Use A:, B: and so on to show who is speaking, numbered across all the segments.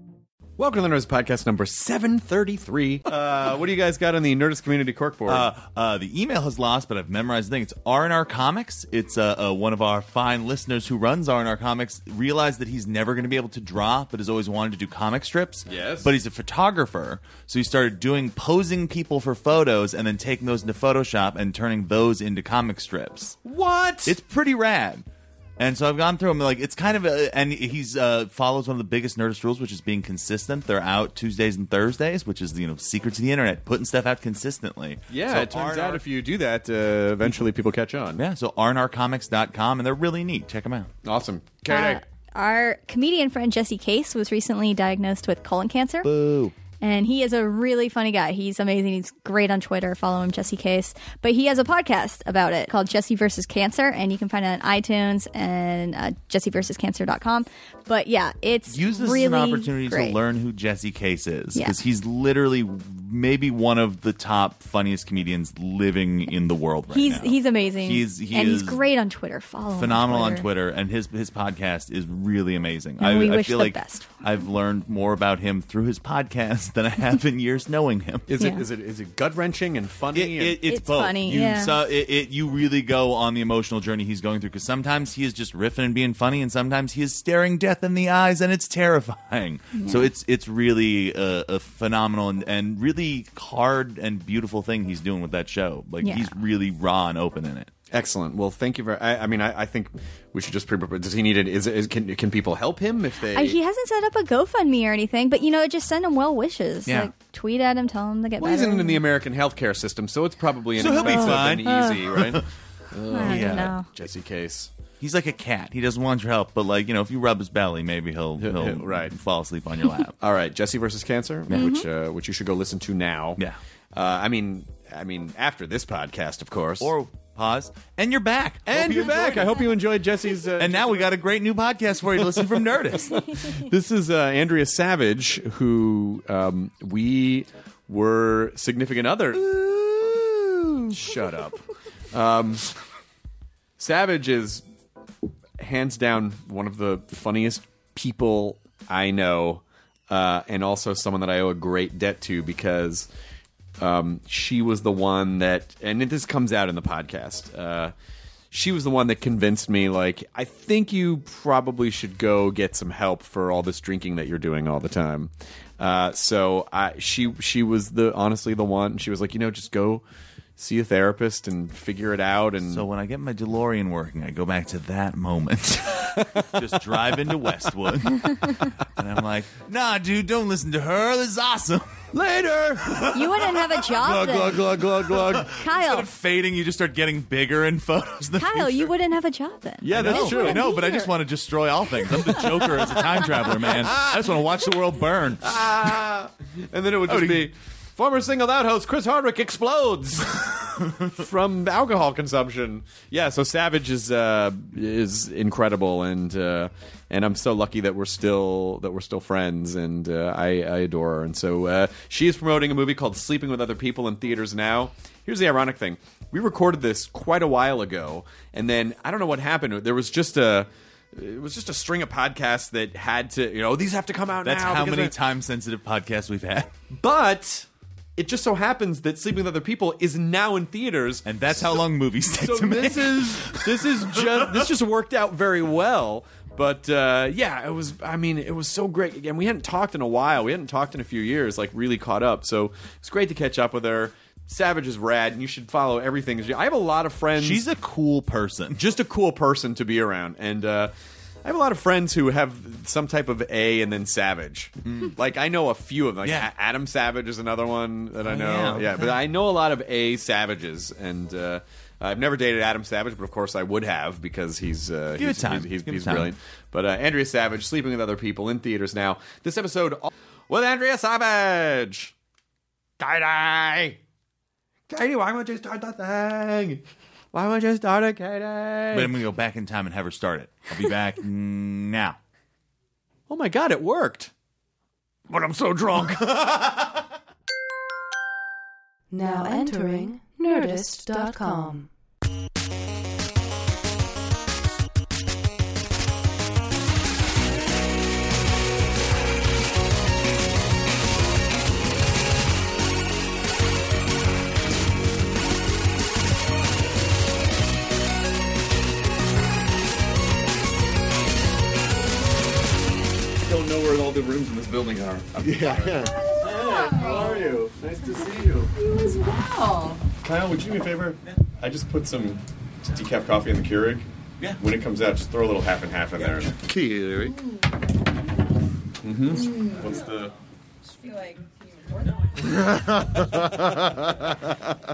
A: Welcome to the Nerds Podcast number 733. Uh, what do you guys got on the Nerdist Community Corkboard?
B: Uh, uh, the email has lost, but I've memorized the thing. It's R&R Comics. It's uh, uh, one of our fine listeners who runs R&R Comics realized that he's never going to be able to draw, but has always wanted to do comic strips.
A: Yes.
B: But he's a photographer, so he started doing posing people for photos and then taking those into Photoshop and turning those into comic strips.
A: what?
B: It's pretty rad. And so I've gone through them. Like it's kind of, a, and he's uh, follows one of the biggest Nerdist rules, which is being consistent. They're out Tuesdays and Thursdays, which is you know secret to the internet, putting stuff out consistently.
A: yeah,
B: So
A: it turns
B: R&R
A: out if you do that, uh, eventually people catch on.
B: yeah, so rnrcomics.com, and they're really neat. Check them out.
A: Awesome. Carrie,
C: Our comedian friend Jesse Case was recently diagnosed with colon cancer. And he is a really funny guy. He's amazing. He's great on Twitter. Follow him, Jesse Case. But he has a podcast about it called Jesse versus Cancer, and you can find it on iTunes and uh, jesseversuscancer.com. But yeah, it's
B: Use this
C: really
B: as an opportunity
C: great.
B: to learn who Jesse Case is
C: Yeah.
B: because he's literally maybe one of the top funniest comedians living in the world right
C: He's
B: now.
C: he's amazing.
B: He's he
C: and
B: is
C: he's great on Twitter. Follow him
B: phenomenal on Twitter, and his his podcast is really amazing.
C: And we
B: I
C: wish
B: feel
C: the
B: like
C: best for
B: I've learned more about him through his podcast than I have in years knowing him.
A: is
C: Yeah.
A: it is it is it gut wrenching and funny?
B: It,
A: and-
B: it, it's,
C: It's
B: both.
C: funny,
B: you
C: yeah.
B: saw- it, it- you really go on the emotional journey he's going through because sometimes he is just riffing and being funny, and sometimes he is staring death in the eyes, and it's terrifying. So it's it's really a, a phenomenal and, and really hard and beautiful thing he's doing with that show. Like
C: Yeah.
B: he's really raw and open in it.
A: Excellent. Well, thank you very. I, I mean, I, I think we should just pre. Does he need it? Is, is can can people help him if they?
C: Uh, he hasn't set up a GoFundMe or anything, but you know, just send him well wishes.
B: Yeah.
C: Like, tweet at him, tell him to get
A: well, he's
C: better.
A: in, in the American healthcare system, so it's probably
B: So he'll be
A: inexpensive and easy, right?
C: I don't
B: yeah.
C: know.
A: Jesse Case.
B: He's like a cat. He doesn't want your help, but like you know, if you rub his belly, maybe he'll he'll,
A: he'll- right.
B: fall asleep on your lap.
A: All right, Jesse versus Cancer, which uh, which you should go listen to now.
B: Mm-hmm. Yeah.
A: Uh, I mean, I mean, after this podcast, of course.
B: or pause, and you're back,
A: and
B: Hope you
A: you're back.
B: enjoyed it.
A: I hope you enjoyed Jesse's. Uh,
B: And now we got a great new podcast for you to listen from Nerdist.
A: this is uh, Andrea Savage, who um, we were significant other. Shut up. Um, Savage is hands down one of the funniest people I know, uh, and also someone that I owe a great debt to because um, she was the one that, and it, this comes out in the podcast. Uh, she was the one that convinced me, like, I think you probably should go get some help for all this drinking that you're doing all the time. Uh, so I, she, she was the honestly the one. She was like, you know, just go see a therapist and figure it out. And
B: so when I get my DeLorean working, I go back to that moment. Just drive into Westwood, and I'm like, Nah, dude, don't listen to her. This is awesome.
A: later,
C: You wouldn't have a job
A: glug
C: then.
A: glug glug glug glug.
B: Instead
C: Kyle.
B: of fading, you just start getting bigger in photos. In the
C: Kyle,
B: future.
C: you wouldn't have a job then.
A: Yeah, that's true.
B: I know, but I just want to destroy all things. I'm the Joker as a time traveler, man. I just want to watch the world burn.
A: Ah, and then it would just be former singled out host Chris Hardwick explodes from alcohol consumption. Yeah, so Savage is uh, is incredible, and uh, and I'm so lucky that we're still that we're still friends, and uh, I, I adore her. And so uh, she is promoting a movie called Sleeping with Other People in theaters now. Here's the ironic thing: we recorded this quite a while ago, and then I don't know what happened. There was just a it was just a string of podcasts that had to, you know, "Oh, these have to come out
B: That's
A: now.
B: how
A: because
B: many
A: I-
B: time sensitive podcasts we've had.
A: but it just so happens that Sleeping with Other People is now in theaters,
B: And that's how long movies take
A: so
B: to make.
A: this is this is just this just worked out very well. But uh, yeah, it was. I mean, it was so great. Again, we hadn't talked in a while. We hadn't talked in a few years. Like really caught up. So it's great to catch up with her. Savage is rad, and you should follow everything. I have a lot of friends.
B: She's a cool person.
A: just a cool person to be around. And uh, I have a lot of friends who have some type of A and then Savage. Like I know a few of them. Like
B: Yeah.
A: A- Adam Savage is another one that I know.
B: yeah,
A: Oh, Yeah,
B: okay.
A: but I know a lot of A Savages, and uh, I've never dated Adam Savage, but of course I would have because he's uh,
B: Give it
A: he's,
B: time.
A: he's, he's,
B: Give it
A: he's
B: time.
A: brilliant. But uh, Andrea Savage sleeping with other people in theaters now. This episode al- with Andrea Savage. Katie, Katie, why won't you start the thing? Why won't you start it, Katie?
B: But I'm gonna go back in time and have her start it. I'll be back now.
A: Oh my god, it worked. But I'm so drunk.
D: Now entering Nerdist.com.
A: I don't know where all the rooms in this building are.
E: How are you? Nice to see you.
D: You as well.
E: Kyle, would you do me a favor? I just put some decaf coffee in the Keurig.
B: Yeah.
E: When it comes out, just throw a little half and half in there. Keurig. Mm-hmm. What's the?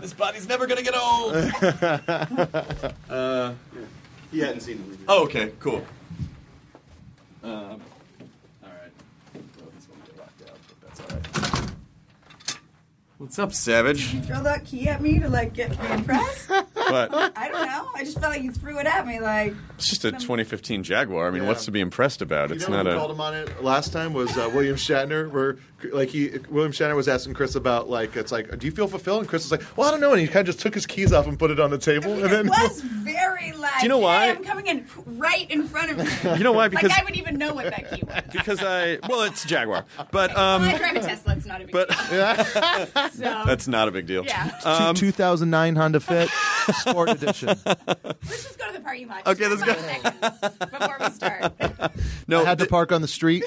A: This body's never gonna get old.
E: Uh, He hadn't seen the movie.
A: oh, okay, cool.
E: All right. Well, this one get locked out, but that's all right.
A: What's up, Savage?
F: throw that key at me to like get me impressed?
A: But
F: I don't know. I just felt like you threw it at me. Like
A: it's just a 2015 Jaguar. I mean,
E: Yeah.
A: what's to be impressed about?
E: You
A: It's
E: know
A: not
E: who called
A: a.
E: him on it last time was uh, William Shatner, where like he William Shatner was asking Chris about like it's like do you feel fulfilled? And Chris was like, well, I don't know, and he kind of just took his keys off and put it on the table, and
F: it
E: then
F: was very like.
A: Do you know why?
F: Hey, I'm coming in right in front of you.
A: You know why? Because
F: like I would even know what that key was.
A: because I well, it's Jaguar, but
F: Well,
A: um,
F: I drive a Tesla. It's not a big
A: but
F: deal. So,
E: Um,
A: that's not a big deal.
F: yeah.
A: Um,
G: 2009 Honda Fit Sport Edition.
F: let's just go to the parking lot.
A: Okay,
F: Just
A: let's
F: for five seconds Before we start.
A: No,
G: I had to
A: th-
G: park on the street,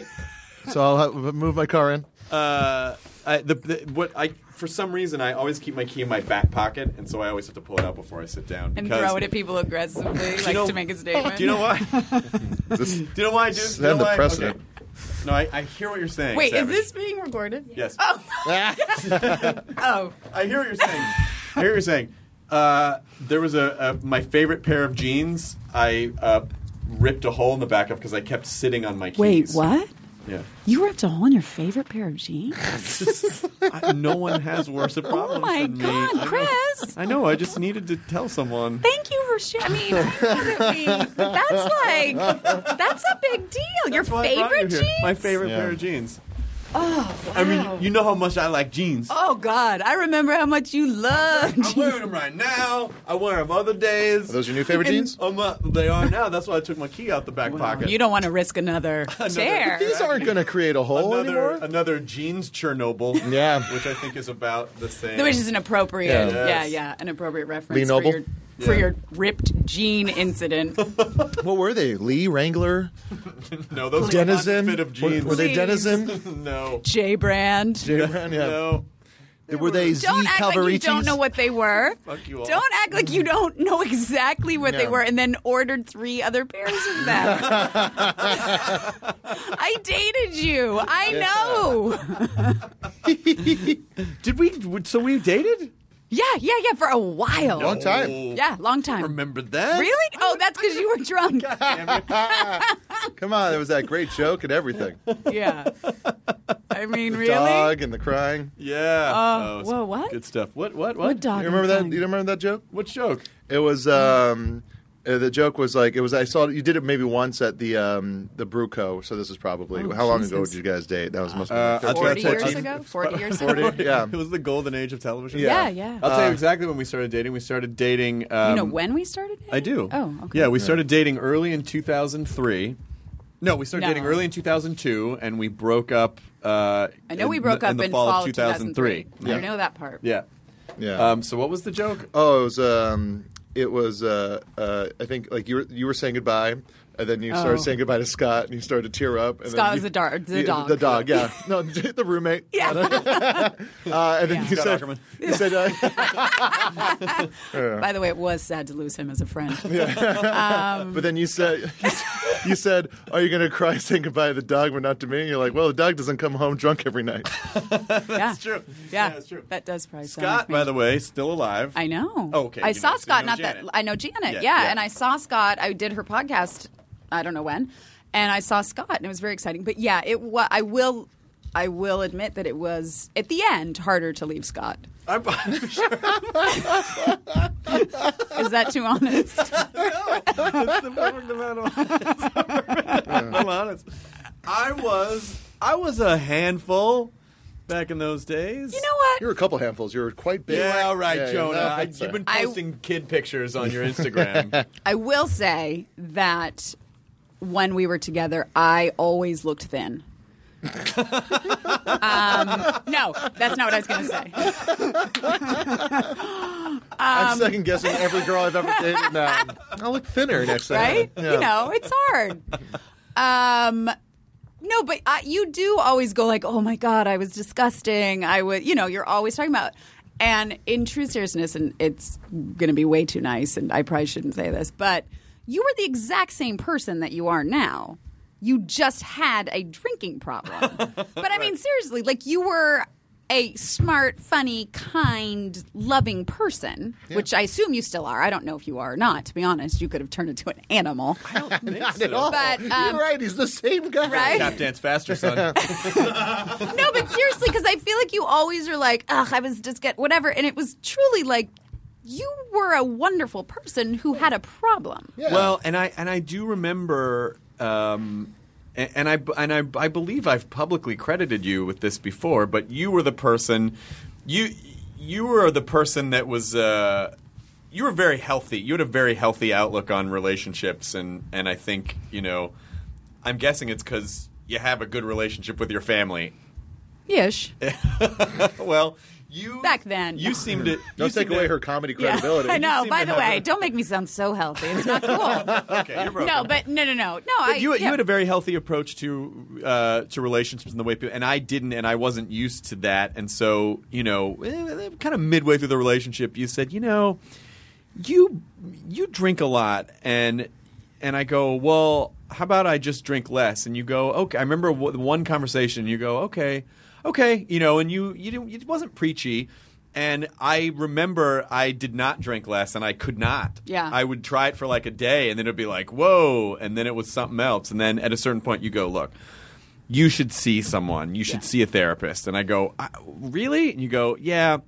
G: so I'll have, move my car in.
A: uh, I, the, the what I for some reason I always keep my key in my back pocket, and so I always have to pull it out before I sit down
H: and
A: because-
H: throw it at people aggressively, like
A: know-
H: to make a statement.
A: Do you know why?
E: this,
A: Do you know why I do?
E: Set
A: Do you know
E: the
A: why?
E: precedent.
A: Okay. No, I, I hear what you're saying.
H: Wait,
A: Savage.
H: is this being recorded?
A: Yes.
H: Oh,
A: I hear what you're saying. I hear what you're saying. Uh, there was a, a my favorite pair of jeans. I uh, ripped a hole in the back of because I kept sitting on my keys.
H: wait, what?
A: Yeah.
H: You ripped a hole in your favorite pair of jeans?
A: I- no one has worse a problem.
H: Oh my
A: than me. I know.
H: god, Chris!
A: I know. I just needed to tell someone.
H: Thank you for sharing. I mean, I know that we- but that's like that's a big deal. your
A: That's why I brought you
H: favorite
A: here.
H: jeans?
A: My favorite
G: Yeah.
A: pair of jeans. Oh, I mean, you know how much I like jeans.
H: oh god, I remember how much you loved.
A: I'm wearing them right now. I wear them other days.
E: Are those your new favorite jeans?
A: Um, uh, they are now. That's why I took my key out the back pocket.
H: You don't want to risk another tear.
G: These aren't going to create a hole
A: another
G: anymore.
A: another jeans Chernobyl.
G: Yeah.
A: which I think is about the same.
H: Which is an appropriate,
G: Yeah.
H: yeah,
A: Yes.
H: yeah, an appropriate reference
G: Lee Noble?
H: for your for
A: Yeah.
H: your ripped jean incident.
G: What were they? Lee Wrangler,
A: no, those were not
G: Denizen.
A: fit of
G: Were,
A: jeans.
G: were they
H: Please.
G: Denizen?
A: no,
H: J brand.
G: J. Brown, yeah.
A: no.
G: Were they Z
H: Don't act like you don't
G: Calvaricis?
H: know what they were.
A: Fuck you all.
H: Don't act like you don't know exactly what they
G: No.
H: were and then ordered three other pairs of them. I dated you. I know.
A: Did we? So we dated?
H: Yeah, yeah, yeah, for a while.
G: Long time.
A: Oh.
H: Yeah, long time.
A: Remember that?
H: Really? Oh, that's because you were drunk.
G: Come on, there was that great joke and everything.
H: Yeah. I mean, really?
G: Dog and the crying. You
A: Yeah.
H: Uh,
A: Oh,
H: whoa, what?
A: Good stuff. What? What? What?
H: What dog?
G: remember that?
H: and
G: You remember that joke?
A: What joke?
G: It was um, uh, the joke was like it was. I saw you did it maybe once at the um, the Bruco. So this is probably how long ago
H: Oh, Jesus.
G: did you guys date? That was must
A: Uh,
G: have been
A: I'll tell you-
H: 40 years
A: 14.
H: ago? 40 years ago?
G: 40, yeah.
A: It was the golden age of television.
H: Yeah, yeah.
A: I'll tell you exactly when we started dating. We started dating. Um,
H: you know when we started? dating?
A: I do.
H: Oh, okay.
A: Yeah, we started dating early in 2003. No, we started
H: No.
A: dating early in 2002, and we broke up. Uh,
H: I know we
A: in
H: broke
A: the,
H: up
A: in the
H: fall,
A: of 2003.
H: I know that part.
A: Yeah.
G: Yeah.
A: Um, so what was the joke?
G: oh, it was um, it was uh, uh, I think like you were you were saying goodbye, And then you
E: Oh.
G: started saying goodbye to Scott, and you started to tear up. And
H: Scott
G: then
H: was
G: you-
H: the dar- the
G: you-
H: dog.
G: The dog, yeah. No, the roommate. Yeah. uh, and then you
H: Scott
G: said,
H: Ackerman.
G: you said, uh,
H: By the way, it was sad to lose him as a friend. Um,
G: but then you said, you said, are you going to cry saying goodbye to the dog, but not to me? And you're like, well, the dog doesn't come home drunk every night.
H: that's true. Yeah, that's true. That does probably
A: Scott,
H: sound like
A: by the way, still alive.
H: I know.
A: Oh, okay.
H: I
A: You
H: saw
A: know- you
H: Scott.
A: know
H: not
A: Janet.
H: that I know Janet. Yeah,
A: Yeah, yeah.
H: and I saw Scott. I did her podcast. I don't know when, and I saw Scott, and it was very exciting. But yeah, it. Wa- I will. I will admit that it was at the end harder to leave Scott. Is that too honest?
A: That's the perfect amount of I'm honest. I was I was a handful back in those days. You know
H: what?
G: You were a couple handfuls. You were quite big.
A: Yeah, all right,
G: Yeah,
A: Jonah.
G: yeah,
A: I-
G: that's
A: you've been
G: right.
A: posting kid pictures on your Instagram.
H: I will say that when we were together, I always looked thin. um, no, that's not what I was going to say.
G: I'm
H: Um,
G: second guessing every girl I've ever dated now. I look thinner next time.
H: right?
G: Yeah.
H: You know, it's hard. Um, no, but I, you do always go like, "Oh my god, I was disgusting." I would, you know, you're always talking about. And in true seriousness, and it's going to be way too nice, and I probably shouldn't say this, but you were the exact same person that you are now. You just had a drinking problem. but I mean, seriously, like you were a smart, funny, kind, loving person, which I assume you still are. I don't know if you are or not. To be honest, you could have turned into an animal.
G: Not at all.
H: But, um,
G: You're right. He's the same guy.
H: Right?
A: Tap dance faster, son.
H: no, but seriously, because I feel like you always are like, ugh, I was just get whatever, and it was truly like you were a wonderful person who had a problem.
A: Well, and I and I do remember, um, a- and, I and I, I believe I've publicly credited you with this before, but you were the person, you you were the person that was. Uh, you were very healthy. You had a very healthy outlook on relationships, and, and I think you know, I'm guessing it's because you have a good relationship with your family.
H: Ish.
A: well, you
H: back then.
A: you seemed to
G: Don't
A: you
G: take
A: seemed
G: away
A: to-
G: her comedy
H: Yeah,
G: credibility.
H: I know.
A: seem
H: By
A: to
H: the
A: have
H: way,
A: a-
H: don't make me sound so healthy. It's not cool.
A: okay, you're broken.
H: no, but no, no, no, no. I,
A: But you,
H: yeah.
A: you had a very healthy approach to uh, to relationships and the way people, and I didn't, and I wasn't used to that, and so you know, eh, kind of midway through the relationship, you said, you know, you you drink a lot, and and I go, well, how about I just drink less? And you go, okay. I remember w- one conversation, you go, okay, okay, you know, and you you didn't, it wasn't preachy. And I remember I did not drink less, and I could not.
H: Yeah.
A: I would try it for like a day, and then it'd be like, whoa, and then it was something else. And then at a certain point, you go, look, you should see someone. You should see a therapist. And I go, I, really? And you go, yeah.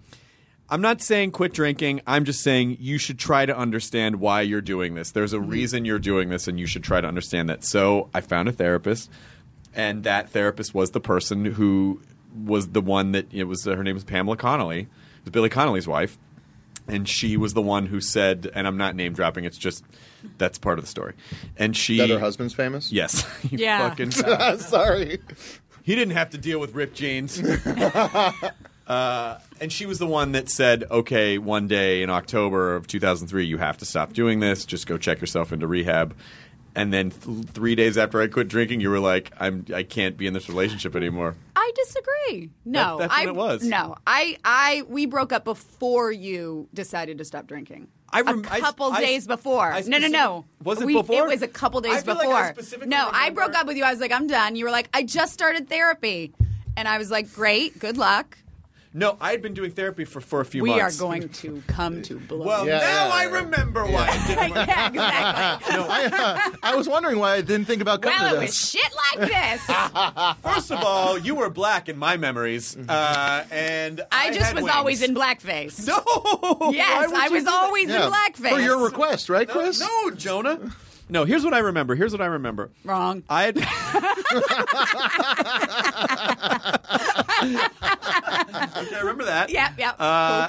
A: I'm not saying quit drinking. I'm just saying you should try to understand why you're doing this. There's a
G: Mm-hmm.
A: reason you're doing this, and you should try to understand that. So I found a therapist, and that therapist was the person who was the one that it was. Her name was Pamela Connolly, it was Billy Connolly's wife, and she was the one who said. And I'm not name dropping. It's just that's part of the story. And she
G: That her husband's famous.
A: Yes. You
G: Yeah.
A: Fucking
G: Sorry.
A: He didn't have to deal with ripped jeans. uh, and she was the one that said, okay, one day in October of 2003, you have to stop doing this. Just go check yourself into rehab. And then th- three days after I quit drinking, you were like, I'm, I can't be in this relationship anymore.
H: I disagree. No,
A: That- that's what
H: I,
A: it was.
H: No, I, I, we broke up before you decided to stop drinking.
A: I rem- I
H: a
A: s-
H: couple
A: I s-
H: days before.
A: I
H: no, no, no.
A: specific- was it
H: We-
A: before?
H: It was a couple
A: I
H: days
A: feel like I
H: before.
A: specifically
H: no, I broke up with you. I was like, I'm done. You were like, I just started therapy, and I was like, Great, good luck.
A: No, I had been doing therapy for, for a few
H: we
A: months.
H: are going to come to blows.
A: Well, now I remember why I did
H: yeah, exactly.
G: I, uh, I was wondering why I didn't think about coming
H: well,
G: to
H: it was
G: this.
H: shit like this.
A: First of all, you were black in my memories, uh, and I,
H: I just
A: had
H: was
A: wings.
H: always in blackface.
A: No.
H: Yes,
A: would
H: I
A: you
H: was
A: do that?
H: always in blackface.
G: For your request, right, Chris?
A: No, Jonah. No, here's what I remember. Here's what I remember.
H: Wrong.
A: I had Okay, I remember that.
H: Yep, yep.
A: Uh,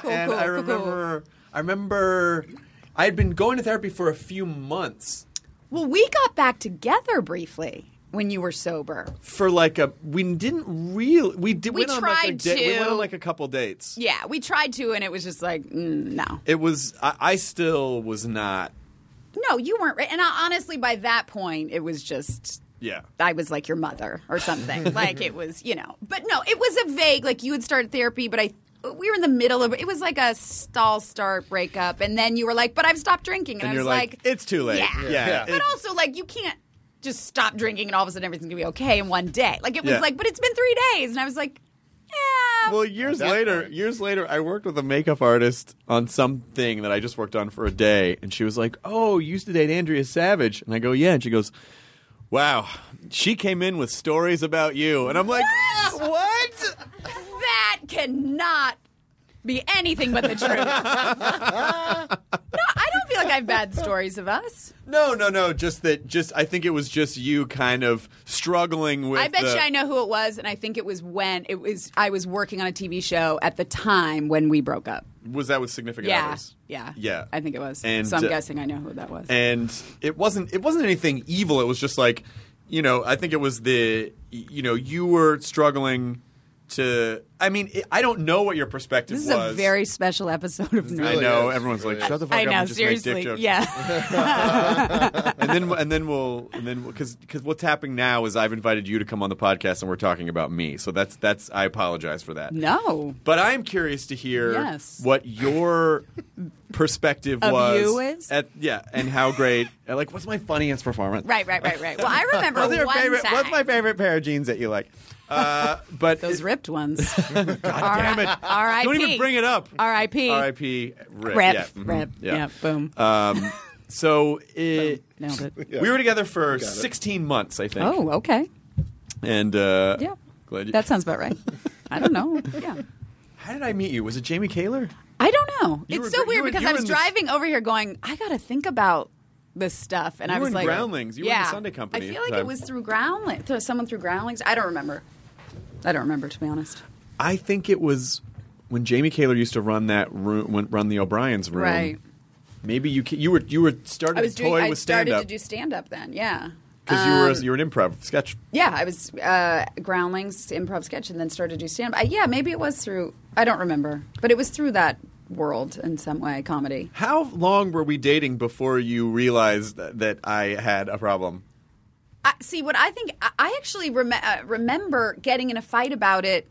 H: Cool, cool,
A: and
H: cool,
A: I
H: cool, cool.
A: remember. I remember. I had been going to therapy for a few months
H: Well, we got back together briefly when you were sober.
A: for like a. We didn't really. We did.
H: We
A: went on like a
H: tried
A: date- We went on
H: to-
A: like a couple dates.
H: Yeah, we tried to, and it was just like, mm, no.
A: It was. I, I still was not
H: no, you weren't. Right. And I, honestly, by that point, it was just
A: Yeah.
H: I was like your mother or something. like it was, you know. But no, it was a vague. Like you had started therapy, but I we were in the middle of it was like a stall start breakup, and then you were like, "But I've stopped drinking," and,
A: And
H: I
A: you're
H: was
A: like,
H: like,
A: "It's too late."
H: Yeah,
A: Yeah. Yeah.
H: But
A: It-
H: also, like you can't just stop drinking and all of a sudden everything's gonna be okay in one day. Like it was
A: Yeah.
H: like, but it's been three days, and I was like,
A: Well, years later, years later, I worked with a makeup artist on something that I just worked on for a day, and she was like, "Oh, you used to date Andrea Savage," and I go, "Yeah," and she goes, "Wow, she came in with stories about you," and I'm like,
H: "What? That cannot." Be anything but the truth. no, I don't feel like I have bad stories of us.
A: "No, no, no, just that, just I think it was just you kind of struggling with."
H: I bet
A: the-
H: you I know who it was, and I think it was when it was. I was working on a TV show at the time when we broke up.
A: Was that with significant
H: Yeah,
A: others?
H: yeah,
A: yeah.
H: I think it was.
A: And,
H: so I'm
A: uh,
H: guessing I know who that was.
A: and it wasn't it wasn't anything evil it was just like you know i think it was the you know you were struggling to i mean it, i don't know what your perspective
H: this is
A: was
H: a very special episode of Nerd.
A: I know everyone's like, "Shut the fuck
H: I
A: up
H: know,
A: and just make dick
H: seriously,
A: jokes."
H: yeah.
A: and then and then we'll and then because because what's happening now is I've invited you to come on the podcast and we're talking about me so that's that's I apologize for that
H: no,
A: but I'm curious to hear
H: Yes.
A: what your perspective
H: Of
A: was
H: you is?
A: at yeah and how great like what's my funniest performance
H: right, right, right, right. Well, I remember
A: What's your
H: one
A: favorite-
H: time.
A: What's my favorite pair of jeans that you like? Uh, but
H: those ripped ones.
A: God damn it!
H: R.I.P.
A: Don't even bring it up.
H: R.I.P.
A: R.I.P. Rip.
H: Rip,
A: Yeah. mhm,
H: rip, yeah, boom.
A: Um, so it,
H: Nailed it.
A: we were together for
H: Got it.
A: 16 months, I think.
H: Oh, okay.
A: And uh,
H: Yeah.
A: glad you,
H: That sounds about right. I don't know. Yeah.
A: How did I meet you? Was it Jamie Kaler?
H: I don't know.
A: You
H: it's
A: were
H: so
A: gr- you
H: weird
A: were-
H: because
A: you
H: I
A: were
H: was
A: in the-
H: driving over here going, I got to think about this stuff. And
A: You
H: I
A: were
H: was
A: in
H: like,
A: Groundlings. You were in
H: yeah.
A: the Sunday Company
H: I
A: at
H: feel
A: the
H: like
A: time.
H: it was through Groundlings, through someone through Groundlings. I don't remember. I don't remember, to be honest.
A: I think it was when Jamie Kaler used to run that room, when, run the O'Brien's room.
H: Right.
A: Maybe you ca- you were you were started
H: I was
A: to
H: doing,
A: toy
H: I
A: with
H: started
A: stand
H: to
A: up
H: do stand up then. Yeah.
A: because you were
H: Um,
A: you were an improv sketch
H: yeah, I was uh, Groundlings improv sketch and then started to do stand up. Yeah, maybe it was through, I don't remember, but it was through that world in some way, comedy.
A: How long were we dating before you realized th- that I had a problem?
H: I, see what I think. I, I actually rem- uh, remember getting in a fight about it,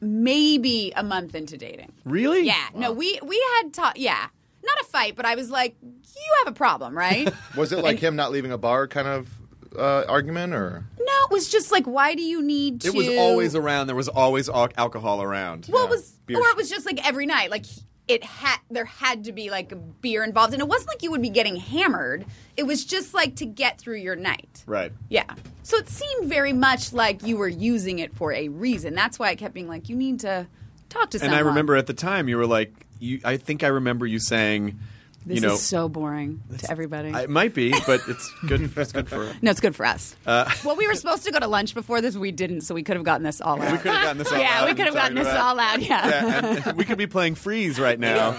H: maybe a month into dating.
A: Really?
H: Yeah. No, we we had ta- yeah, not a fight, but I was like, you have a problem, right?
G: Was it like him not leaving a bar kind of uh, argument, or
H: no, it was just like, why do you need to?
A: It was always around. There was always al- alcohol around.
H: Well, it was
A: Beer.
H: or it was just like every night, like. It had there had to be like a beer involved, and it wasn't like you would be getting hammered. It was just like to get through your night.
A: Right.
H: Yeah. So it seemed very much like you were using it for a reason. That's why I kept being like, you need to talk to
A: And
H: someone.
A: I remember at the time you were like, you, I think I remember you saying,
H: This
A: you know,
H: is so boring to everybody.
A: it might be, but it's good. it's good for.
H: no, it's good for us.
A: Uh,
H: well, we were supposed to go to lunch before this. We didn't, so we could have gotten this all out.
A: we could have gotten this all
H: yeah,
A: out
H: we
A: and
H: could have gotten
A: talked
H: this
A: about-
H: all out. Yeah.
A: Yeah, and we could be playing freeze right now.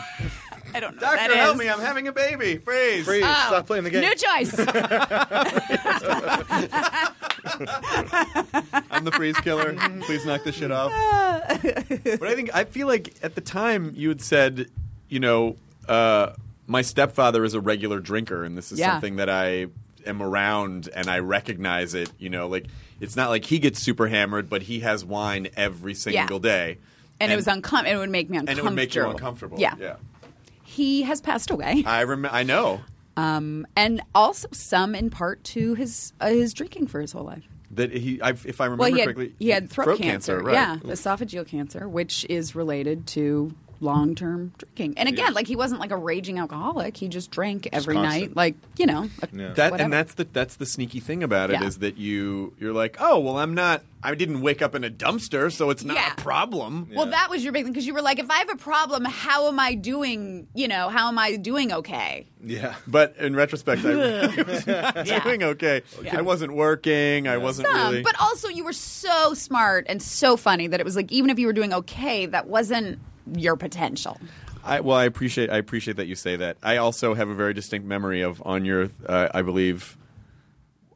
H: I don't know.
A: Doctor,
H: that
A: help
H: is.
A: me! I'm having a baby. Freeze!
H: Freeze, Oh. stop playing the game. New choice.
A: I'm the freeze killer. Please knock this shit off. but I think I feel like at the time you had said, you know, uh, my stepfather is a regular drinker, and this is
I: Yeah.
A: something that I am around and I recognize it. You know, like it's not like he gets super hammered, but he has wine every single day,
H: And, it was uncom. It would make me
A: and
H: uncomfortable.
A: it would make you uncomfortable.
H: Yeah.
A: yeah.
H: He has passed away.
A: I rem- I know
H: Um, and also some in part to his uh, his drinking for his whole life.
A: that he. I, if I remember
H: well, he had,
A: correctly,
H: he had throat, cancer,
A: cancer. right?
H: yeah, esophageal cancer, which is related to long term drinking. And again,
A: Yes.
H: like he wasn't like a raging alcoholic; he just drank every
A: constant.
H: night, like you know. a-
A: That
H: whatever.
A: and that's the that's the sneaky thing about it is
H: Yeah.
A: that you you're like oh well I'm not I didn't wake up in a dumpster so it's not
H: Yeah.
A: a problem.
H: Well, that was your big thing because you were like, if I have a problem, how am I doing? You know, how am I doing okay?
A: yeah. But in retrospect, I was not
H: Yeah.
A: doing okay.
H: Yeah.
A: I wasn't working. I wasn't
H: Some,
A: really.
H: but also you were so smart and so funny that it was like, even if you were doing okay, that wasn't your potential.
A: I, well, I appreciate I appreciate that you say that. I also have a very distinct memory of on your uh, I believe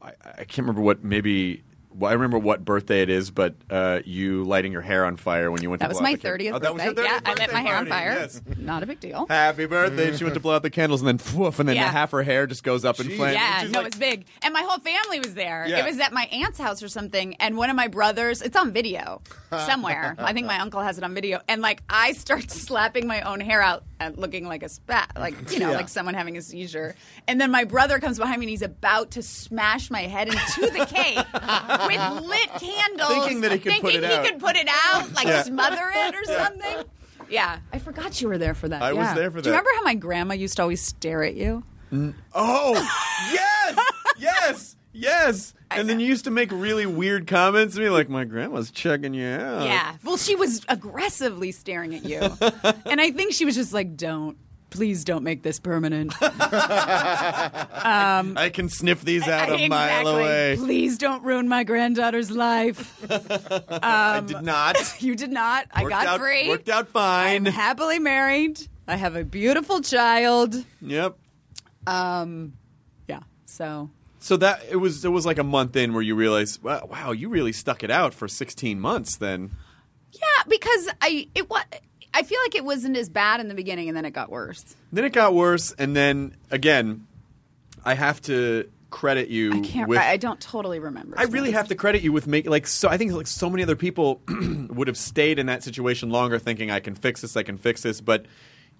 A: I, I can't remember what maybe well, I remember what birthday it is, but uh, you lighting your hair on fire when you went
H: That
A: to
H: was
A: blow
H: my
A: out the candles.
H: 30th
A: Oh, that was
H: birthday.
A: your 30th
H: yeah, I
A: birthday
H: lit my hair on
A: party,
H: fire.
A: yes.
H: Not a big deal.
A: Happy birthday! and She went to blow out the candles, and then woof, and then
H: Yeah.
A: half her hair just goes up in flames.
H: Yeah,
A: She's
H: no,
A: like,
H: it's big. And my whole family was there.
A: Yeah.
H: It was at my aunt's house or something. And one of my brothers, it's on video somewhere. I think my uncle has it on video. And like, I start slapping my own hair out and looking like a spat, like, you know,
I: Yeah.
H: like someone having a seizure. And then my brother comes behind me and he's about to smash my head into the cake with lit candles.
A: Thinking that he could put
H: thinking
A: it
H: he
A: out.
H: could put it out, like
A: Yeah.
H: smother it or something. Yeah, I forgot you were there for that.
A: I was
H: Yeah.
A: there for
H: Do you
A: that.
H: remember how my grandma used to always stare at you?
A: Oh, yes, yes, yes. And then you used to make really weird comments to me, like my grandma's checking you out.
H: Yeah. Well, she was aggressively staring at you. and I think she was just like, don't. Please don't make this permanent. um,
A: I can sniff these out a
H: exactly. Um,
A: mile away.
H: Please don't ruin my granddaughter's life.
A: I did not.
H: you did not. I
A: Worked
H: got
A: out-
H: free.
A: Worked out fine.
H: I'm happily married. I have a beautiful child.
A: Yep.
H: Um, yeah. So
A: So that it was it was like a month in where you realize, wow, wow you really stuck it out for 16 months then.
H: yeah, because I it was. I feel like it wasn't as bad in the beginning, and then it got worse.
A: Then it got worse and then again I have to credit you
H: I can't.
A: with
H: I, I don't totally remember.
A: I really have to credit you with making like so. I think like so many other people would have stayed in that situation longer, thinking I can fix this, I can fix this. But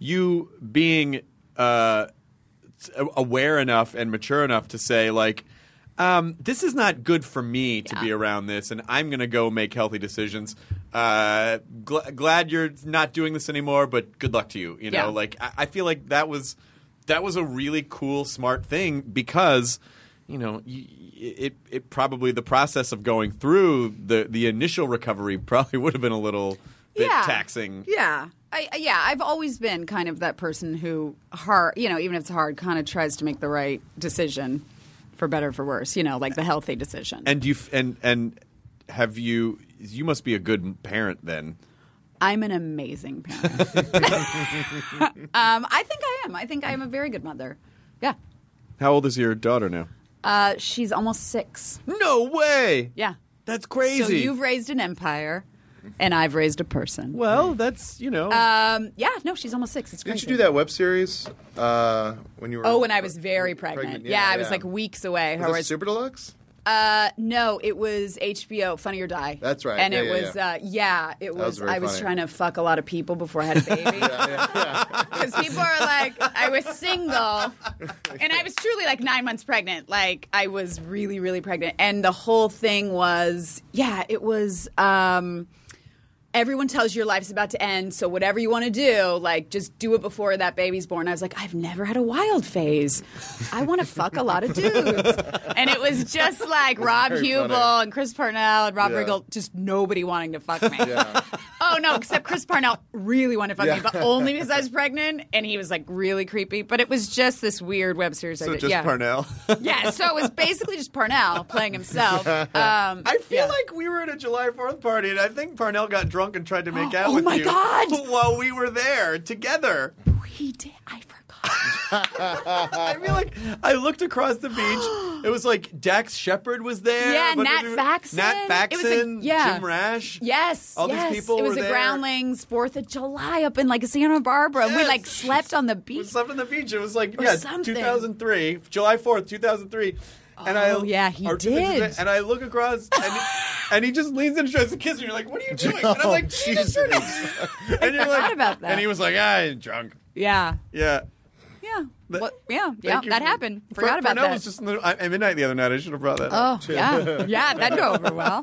A: you being uh, s- aware enough and mature enough to say like. Um, this is not good for me to be around this, and I'm going to go make healthy decisions. Uh, gl- glad you're not doing this anymore, but good luck to you. You know,
J: Yeah.
A: like I-, I feel like that was that was a really cool, smart thing because you know, y- y- it it probably the process of going through the the initial recovery probably would have been a little bit
H: Yeah.
A: taxing.
H: Yeah. I, I- yeah, I've always been kind of that person who hard, you know, even if it's hard, kind of tries to make the right decision for better or for worse, you know, like the healthy decision.
A: And you f- and and have you you must be a good parent then.
H: I'm an amazing parent. um, I think I am. I think I am a very good mother. Yeah.
A: How old is your daughter now?
H: Uh, she's almost six.
A: No way.
H: Yeah.
A: That's
H: So
A: crazy.
H: you've raised an empire, and I've raised a person.
A: Well, that's, you know.
H: Um, yeah, no, she's almost six. It's
G: Didn't
H: crazy.
G: you do that web series uh, when you were?
H: Oh, when I was very pregnant.
G: pregnant,
H: Yeah,
G: yeah,
H: I was
G: yeah.
H: like weeks away.
G: Was
H: Her
G: that
H: was-
G: Super Deluxe?
H: Uh, no, it was HBO, Funny or Die.
G: That's right.
H: And
G: Yeah,
H: it
G: yeah,
H: was,
G: yeah.
H: Uh, yeah, it
G: That was
H: was.
G: very
H: I was
G: funny.
H: trying to fuck a lot of people before I had a baby. Because people are like, I was single, and I was truly like nine months pregnant. Like I was really, really pregnant, and the whole thing was, yeah, it was. Um, everyone tells you your life's about to end, so whatever you want to do, like just do it before that baby's born. I was like, I've never had a wild phase. I want to fuck a lot of dudes. And it was just like Rob
I: very
H: Hubel
I: funny.
H: and Chris Parnell and Rob
I: Yeah.
H: Riggle, just nobody wanting to fuck me. Oh no, except Chris Parnell really wanted to fuck me,
I: Yeah.
H: but only because I was pregnant and he was like really creepy. But it was just this weird web series I
A: so
H: did.
A: just
H: yeah.
A: Parnell.
H: Yeah, so it was basically just Parnell playing himself. Um,
A: I feel like we were at a July 4th party, and I think Parnell got drunk and tried to make out
H: Oh
A: with
H: my
A: you
H: God!
A: while we were there together.
H: He did. I
A: forgot. I feel like I looked across the beach. It was like Dax Shepard was there.
H: Yeah,
A: but-
H: Nat Faxon.
A: Nat
H: It was a-
A: Faxon.
H: yeah.
A: Jim Rash.
H: Yes.
A: All these
H: yes.
A: people
H: It was
A: were
H: a
A: there.
H: Groundlings Fourth of July up in like Santa Barbara, and we
A: Yes.
H: like slept on the beach. We
A: slept on the beach. It was like
H: or
A: yeah,
H: something.
A: 2003, July 4th, 2003. And
H: Oh,
A: I,
H: yeah, he
A: or 2003,
H: did.
A: And I look across, and, and he just leans in and tries to kiss me. You're like, "What are you doing?" And I'm like, "Jesus!" and you're
H: Oh, forgot
A: like,
H: about that.
A: And he was like, "I'm drunk."
H: Yeah.
A: Yeah.
H: Yeah.
A: But-
H: What- yeah. Yeah.
A: you
H: That
A: for-
H: happened. Forgot about
A: Parnell
H: that.
A: was just in the, I- at midnight the other night. I should have brought that.
H: Oh
A: up.
H: yeah, yeah, that'd go over well.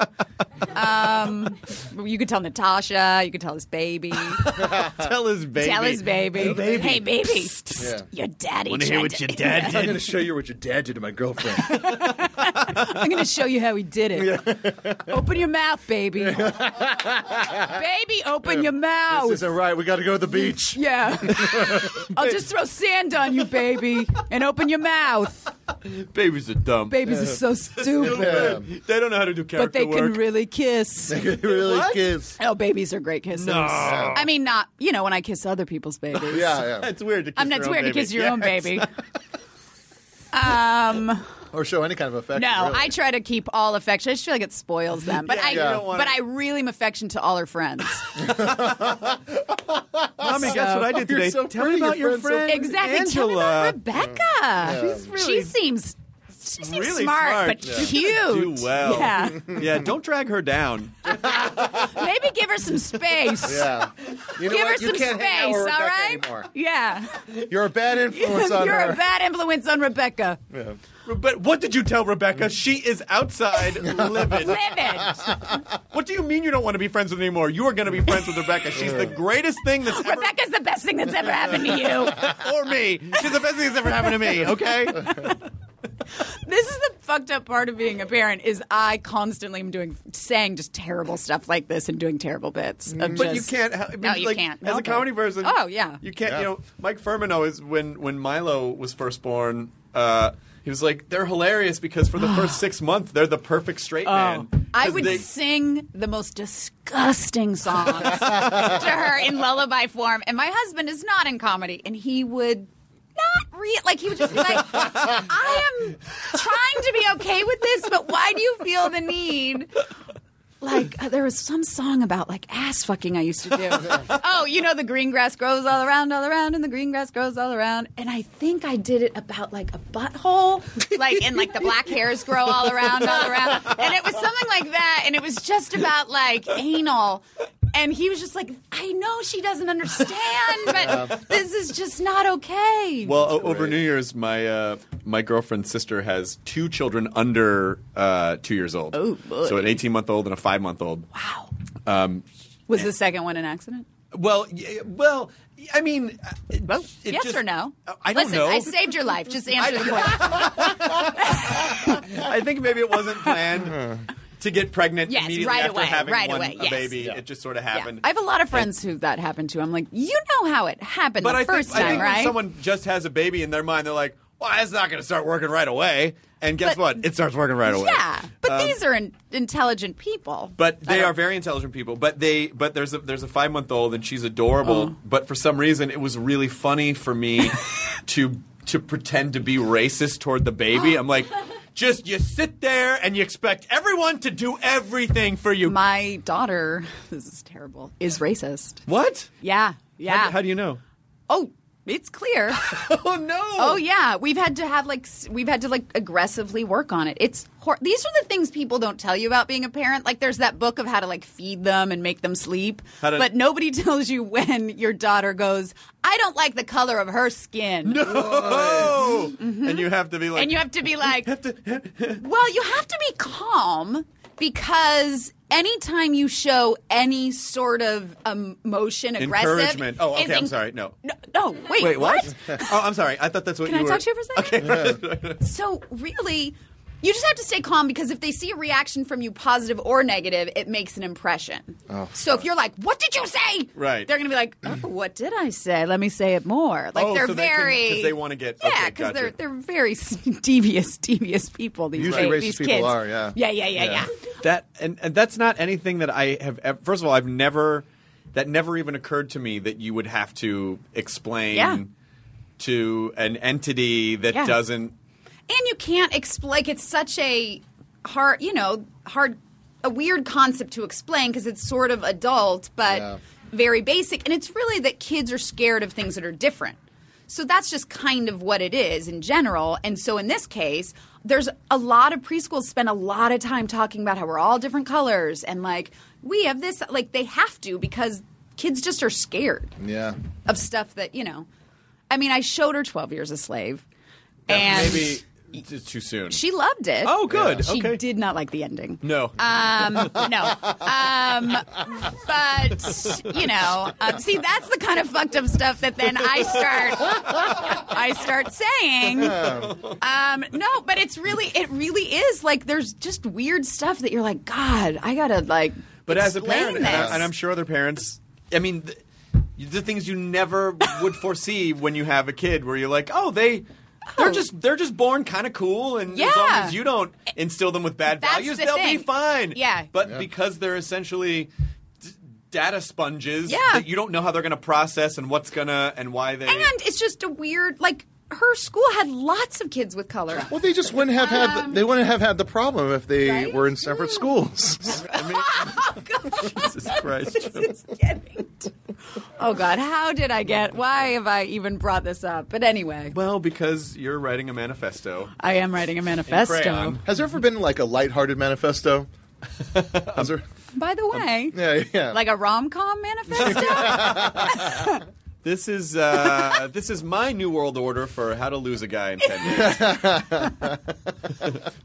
H: Um, you could tell Natasha. You could tell his baby.
A: Tell his baby.
H: Oh. Tell his baby.
A: Hey, baby.
H: Hey, baby.
G: Yeah.
H: Your daddy.
G: Wanna
H: tried to-
G: I'm going to show you what your dad did to my girlfriend.
H: I'm going to show you how he did it. Open your mouth, baby. baby, open your mouth.
G: This isn't right. We got to go to the beach.
H: Yeah. I'll just throw sand on you, baby, and open your mouth.
A: Babies are dumb.
H: Babies are so stupid.
A: They don't know how to do
H: But
A: character
H: they
A: work.
H: can really kiss.
G: They can really What? kiss.
H: Oh, babies are great kissers.
A: No.
H: I mean, not, you know, when I kiss other people's babies.
A: Ah, It's weird to kiss
H: I mean,
A: your
H: it's
A: own
H: weird to
A: baby.
H: kiss your own
A: Yes.
H: baby. Um,
G: or show any kind of affection.
H: No,
G: really.
H: I try to keep all affection. I just feel like it spoils them. But
G: Yeah,
H: I,
G: you don't wanna-
H: but I really am affection to all her friends.
A: Mommy, guess what I did today? Tell me about your friend
H: exactly. Tell me
A: Angela.
H: about Rebecca.
A: She's
H: she seems she seems
A: Really
H: smart, but
A: She's gonna
H: cute.
A: Do well.
H: Yeah,
A: yeah. Don't drag her down.
H: maybe give her some space.
G: Yeah. You know
H: give her
G: what? You
H: some
G: can't
H: space.
G: hang out
H: all
G: with Rebecca
H: right.
G: anymore.
H: Yeah.
G: You're a bad influence on
H: You're
G: her.
H: a bad influence on Rebecca.
G: Yeah.
A: But what did you tell Rebecca? She is outside
H: livid.
A: livid. What do you mean you don't want to be friends with anymore? You are going to be friends with Rebecca. She's the greatest thing that's ever
H: Rebecca's the best thing that's ever happened to you.
A: or me. She's the best thing that's ever happened to me. Okay.
H: This is the fucked up part of being a parent is I constantly am doing saying just terrible stuff like this and doing terrible bits. of
A: But you
H: just-
A: can't. ha- I mean,
H: no, you
A: like,
H: can't.
A: As a
H: help it.
A: comedy person,
H: Oh yeah.
A: you can't. You know, Mike Furman always when when Milo was first born, uh, he was like, they're hilarious because for the first six months, they're the perfect straight man. 'Cause
H: Oh, I would
A: they-
H: sing the most disgusting songs to her in lullaby form, and my husband is not in comedy, and he would not real like he would just be like, "I am trying to be okay with this, but why do you feel the need?" Like uh, there was some song about like ass fucking I used to do. oh, you know the green grass grows all around, all around, and the green grass grows all around. And I think I did it about like a butthole, like and like the black hairs grow all around, all around. And it was something like that. And it was just about like anal. And he was just like, I know she doesn't understand, but this is just not okay.
A: Well, o- over New Year's, my uh, my girlfriend's sister has two children under uh, two years old.
H: Oh, boy.
A: So an eighteen month old and a five month old. Wow. Um,
H: was the second one an accident?
A: well, y- well, I mean, uh, it- it
H: yes
A: just-
H: or no?
A: I don't
H: Listen,
A: know.
H: I saved your life. Just answer the question.
A: I think maybe it wasn't planned to get pregnant
H: Yes,
A: immediately
H: right
A: after
H: away,
A: having
H: right
A: one,
H: away,
A: a
H: yes.
A: baby. It just sort of happened.
H: I have a lot of friends who that happened to. I'm like, you know how it happened
A: but
H: the
A: I think,
H: first
A: I
H: time,
A: think when
H: right?
A: someone just has a baby in their mind, they're like, "Well, it's not going to start working right away." And guess what? It starts working right away.
H: yeah, but
A: Um,
H: these are in, intelligent people.
A: But they are very intelligent people. But they but there's a there's a five month old and she's adorable.
H: Oh.
A: But for some reason, it was really funny for me to to pretend to be racist toward the baby.
H: Oh.
A: I'm like. Just you sit there and you expect everyone to do everything for you.
H: My daughter, this is terrible, is racist.
A: What?
H: Yeah, yeah.
A: How, do you know?
H: oh, it's clear.
A: oh no.
H: Oh yeah, we've had to have like s- we've had to like aggressively work on it. It's hor- these are the things people don't tell you about being a parent. Like there's that book of how to like feed them and make them sleep,
A: How to-
H: but nobody tells you when your daughter goes, "I don't like the color of her skin."
A: Oh, and you have to be like,
H: Mm-hmm. and you have to be like, well, you have to be calm because anytime you show any sort of um, emotion, aggressive,
A: encouragement. Oh,
H: is
A: okay. I'm
H: en-
A: sorry. No.
H: No, no, wait,
A: Wait,
H: what?
A: oh, I'm sorry. I thought that's what
H: Can I
A: you were.
H: talk to you for a second? So really, you just have to stay calm because if they see a reaction from you, positive or negative, it makes an impression.
A: Oh,
H: so if you're like, "What did you say?"
A: Right.
H: They're gonna be like, oh, "What did I say? Let me say it more." Like
A: Oh,
H: they're
A: so they can-
H: very
A: 'cause they wanna get-
H: yeah
A: okay,
H: because
A: gotcha.
H: they're they're very devious devious people. These
A: Usually
H: days,
A: racist
H: these
A: people
H: kids.
A: are, yeah.
H: yeah yeah yeah yeah.
A: That and, and that's not anything that I have. Ever, first of all, I've never that never even occurred to me that you would have to explain
H: Yeah.
A: to an entity that
H: Yeah.
A: doesn't.
H: And you can't explain. Like it's such a hard, you know, hard, a weird concept to explain because it's sort of adult, but
A: Yeah.
H: very basic. And it's really that kids are scared of things that are different. So that's just kind of what it is in general. And so in this case, there's a lot of preschools spend a lot of time talking about how we're all different colors and like we have this. Like they have to because kids just are scared
G: Yeah.
H: of stuff that you know. I mean, I showed her Twelve Years a Slave, and
A: Maybe it's too soon.
H: she loved it.
A: Oh, good.
H: She
A: Okay.
H: did not like the ending.
A: no.
H: Um, no. Um, but you know, um, see, that's the kind of fucked up stuff that then I start, I start saying. Um, no, but it's really, it really is like there's just weird stuff that you're like, God, I gotta like.
A: But as a
H: explain
A: parent, and,
H: this.
A: I, am sure other parents, I mean, the, the things you never would foresee when you have a kid, where you're like, oh, they. They're just they're just born kind of cool, and as long
H: Yeah.
A: as you don't instill them with bad
H: That's
A: values,
H: the
A: they'll
H: thing.
A: be fine.
H: Yeah.
A: but
H: Yeah.
A: because they're essentially d- data sponges,
H: Yeah.
A: that you don't know how they're going to process and what's gonna and why they.
H: And it's just a weird, like, her school had lots of kids with color.
G: Well, they just wouldn't have had the, they wouldn't have had the problem if they
H: Um, Right?
G: were in separate schools.
H: Oh,
A: Jesus Christ.
H: This is getting t- oh God, how did I get? Why have I even brought this up? But anyway,
A: Well, because you're writing a manifesto.
H: I am writing a manifesto.
G: Has there ever been like a lighthearted manifesto? Has there-
H: By the way,
G: yeah, yeah.
H: like a rom com manifesto.
A: This is uh, this is my new world order for how to lose a guy in ten days,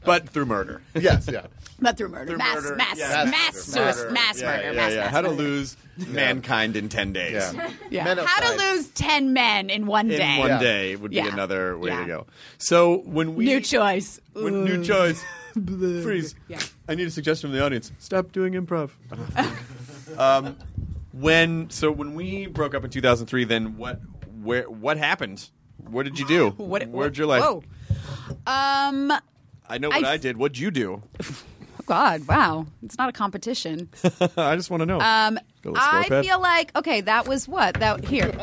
A: but through murder.
G: Yes, yeah.
H: Not through murder. mass,
A: murder,
H: mass,
A: yeah.
H: mass,
A: Mass murder.
H: suicide, mass
A: Yeah,
H: murder,
A: yeah,
H: mass,
A: yeah.
H: mass
A: How to
H: murder.
A: lose mankind in ten days.
H: Yeah.
G: Men
H: How to
G: outside.
H: lose ten men in one
A: In
H: day.
A: one day would be
H: Yeah.
A: another way
H: Yeah.
A: to go. So when we
H: New choice.
A: when new choice freeze.
H: Yeah.
A: I need a suggestion from the audience. Stop doing improv. um, when so when we broke up in 2003, then what where what happened? What did you do?
H: What?
A: Where'd your life?
H: Whoa. Um.
A: I know what
H: I-
A: I, did. What'd you do?
H: oh God. Wow. It's not a competition.
A: I just want to know.
H: Um.
A: Go with
H: I
A: Squarepad.
H: feel like okay. That was what. That here.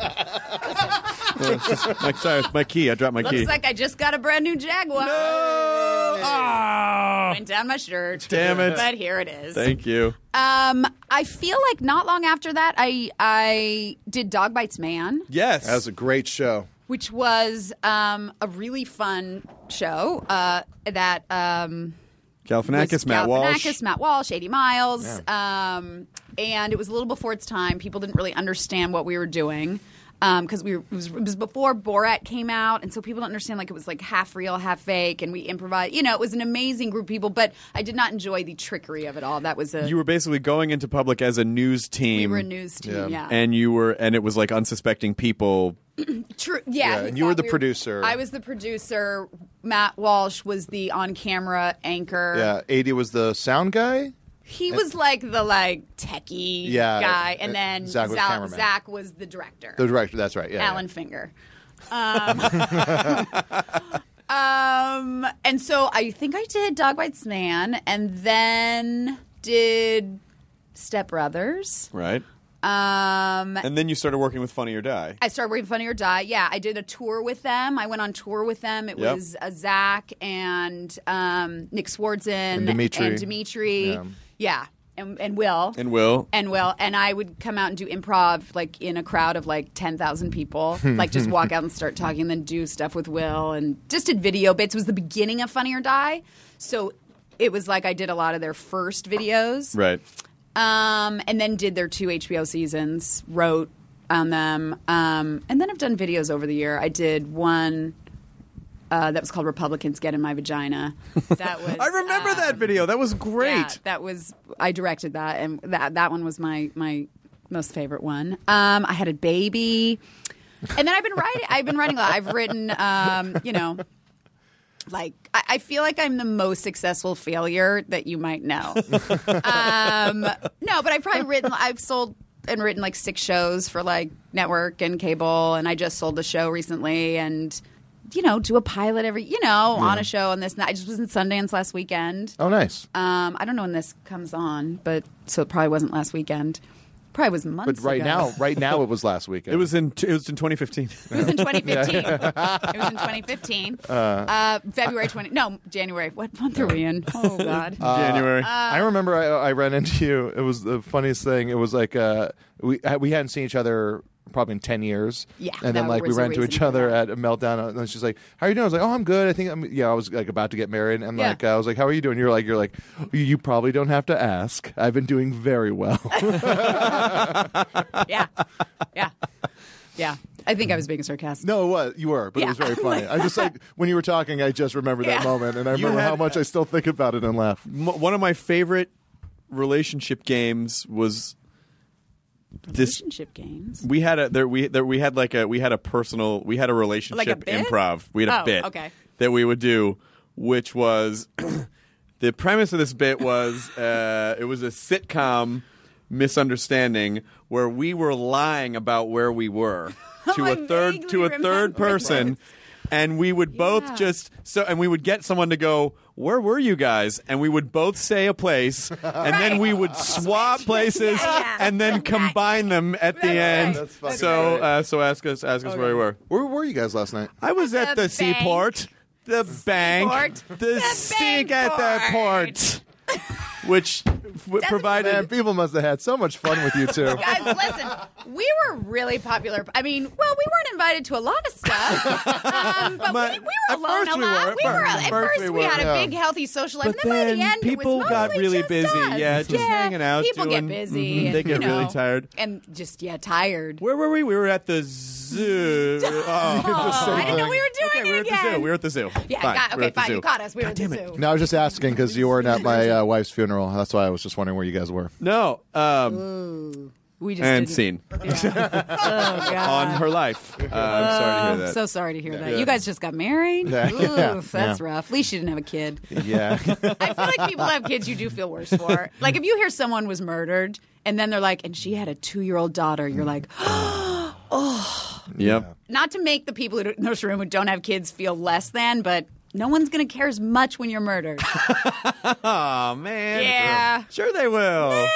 A: my, sorry, my key. I dropped my
H: Looks
A: key.
H: like I just got a brand new Jaguar.
A: Oh! Ah!
H: Went down my shirt.
A: Damn it.
H: But here it is.
A: Thank you.
H: Um, I feel like not long after that, I I did Dog Bites Man,
A: Yes.
G: That was a great show.
H: which was um, a really fun show uh, that um,
A: Galifianakis,
H: was
A: Matt Walsh.
H: Galifianakis, Matt Walsh, 80 Miles. Um, and it was a little before its time. People didn't really understand what we were doing. Because we were, it, was, it was before Borat came out, and so people don't understand like it was like half real, half fake, and we improvised. You know, it was an amazing group of people, but I did not enjoy the trickery of it all. That was a
A: You were basically going into public as a news
H: we
A: team.
H: were a news team, yeah.
A: And you were, and it was like unsuspecting people.
H: True. Yeah.
G: Yeah,
H: he
G: and you were
H: thought
G: the producer.
H: I was the producer. Matt Walsh was the on-camera anchor.
G: Yeah, eighty was the sound guy.
H: He was like the like techie
G: Yeah,
H: guy,
G: uh,
H: and then
G: Zach was
H: Zal-
G: cameraman.
H: Zach was the director.
G: The director. That's right. Yeah. yeah.
H: Alan Finger. Um, um, and so I think I did Dog Bites Man, and then did Step Brothers.
A: Right.
H: Um,
A: And then you started working with Funny or Die.
H: I started working Funny or Die. Yeah, I did a tour with them. I went on tour with them. It
A: Yep.
H: was uh, Zach and um, Nick Swartzen and
G: Dimitri.
H: and Dimitri. Yeah,
G: Yeah.
H: And, and Will.
A: And Will.
H: And Will. And I would come out and do improv like in a crowd of like 10,000 people. like just walk out and start talking, then do stuff with Will and just did video bits. It was the beginning of Funny or Die. So it was like I did a lot of their first videos.
A: right.
H: Um, and then did their two HBO seasons, wrote on them, um, and then I've done videos over the year. I did one uh, that was called "Republicans Get in My Vagina." That was
A: I remember
H: um,
A: that video. That was great.
H: yeah, that was I directed that, and that that one was my my most favorite one. Um, I had a baby, and then I've been writing. I've been writing a lot. I've written, um, you know. Like I, I feel like I'm the most successful failure that you might know. um, no, but I've probably written. I've sold and written like six shows for like network and cable, and I just sold a show recently, and you know, do a pilot every, you know, on a show and this. And that. I just was in Sundance last weekend.
G: Oh, nice.
H: Um, I don't know when this comes on, but so it probably wasn't last weekend. Probably was months.
G: But right
H: ago.
G: now, right now, it was last weekend.
A: It was in it was in 2015.
H: it was in 2015. it was in 2015. Uh, February 20. No, January. What month are we in? Oh God.
A: Uh,
H: Uh,
A: January.
G: I remember I, I ran into you. It was the funniest thing. It was like uh, we we hadn't seen each other probably in ten years.
H: Yeah,
G: and
H: that
G: then like we
H: was the
G: ran into
H: reason
G: each
H: for
G: other
H: that.
G: at a meltdown, and she's like, "How are you doing?" I was like, "Oh, I'm good. I think I'm yeah." I was like about to get married, and
H: Yeah.
G: like I was like, "How are you doing?" You're like, "You're like, "You- you probably don't have to ask. I've been doing very well."
H: yeah. Yeah. Yeah. I think I was being sarcastic.
G: no, it was you were, but
H: Yeah.
G: it was very funny. I just like when you were talking, I just remembered
H: Yeah.
G: that moment, and I
A: You
G: remember
A: had-
G: how much I still think about it and laugh.
A: M- one of my favorite relationship games was this
H: Relationship games.
A: we had a there we there we had like a we had a personal we had a relationship
H: bit?
A: improv we had a
H: Oh,
A: bit
H: okay.
A: that we would do which was the premise of this bit was uh, it was a sitcom misunderstanding where we were lying about where we were to
H: Oh, I
A: a third
H: vaguely
A: to a
H: remember
A: third person
H: this.
A: and we would both just so, and we would get someone to go. Where were you guys? And we would both say a place, and then we would swap places, and then combine them at the end.
G: That's fine.
A: So, uh, so ask us, ask us where we were.
G: Where were you guys last night?
A: I was at the,
G: The bank.
A: seaport, the bank, the, sink at the port, which w- provided
G: Man, people must have had so much fun with you two.
H: Guys, listen, we were really popular. I mean, well, we weren't invited to a lot of stuff, um, but we, we were alone
A: first
H: a
A: we
H: lot.
A: were,
H: we
A: at
H: were
A: first-
H: at
A: first
H: first,
A: we
H: we,
A: were,
H: had
A: yeah.
H: a big, healthy, social life,
A: But
H: and then, by the
A: then
H: end, it
A: people
H: was
A: got
H: mostly
A: really
H: just
A: busy.
H: us.
A: Yeah, just hanging out,
H: People get
A: doing-
H: busy.
A: Mhm,
H: and,
A: they get
H: you know,
A: really tired.
H: and just yeah, tired.
A: Where were we? We were at the zoo. Oh,
H: I didn't know we were doing
A: okay, we were
H: it
A: at the zoo.
H: again.
A: We were at the zoo.
H: Yeah,
A: fine.
H: got,
A: We
H: okay,
A: were at the
H: fine.
A: zoo.
H: You caught us. We were at the zoo.
G: No, I was just asking because you weren't at my uh, wife's funeral. That's why I was just wondering where you guys were.
A: No, um,
H: Oh, We just
A: and
H: didn't.
A: seen
H: Oh God.
A: on her life. Uh, I'm sorry to hear
H: Oh,
A: that.
H: So sorry to hear that.
A: Yeah.
H: You guys just got married.
A: Yeah.
H: Oof,
A: Yeah.
H: that's
A: Yeah.
H: rough. At least you didn't have a kid.
A: Yeah.
H: I feel like people who have kids you do feel worse for. Like if you hear someone was murdered and then they're like, and she had a two year old daughter, you're like, oh.
A: Yep.
H: Not to make the people who don't- in this room who don't have kids feel less than, but no one's going to care as much when you're murdered. Ah,
A: Oh man.
H: Yeah.
A: Sure they will.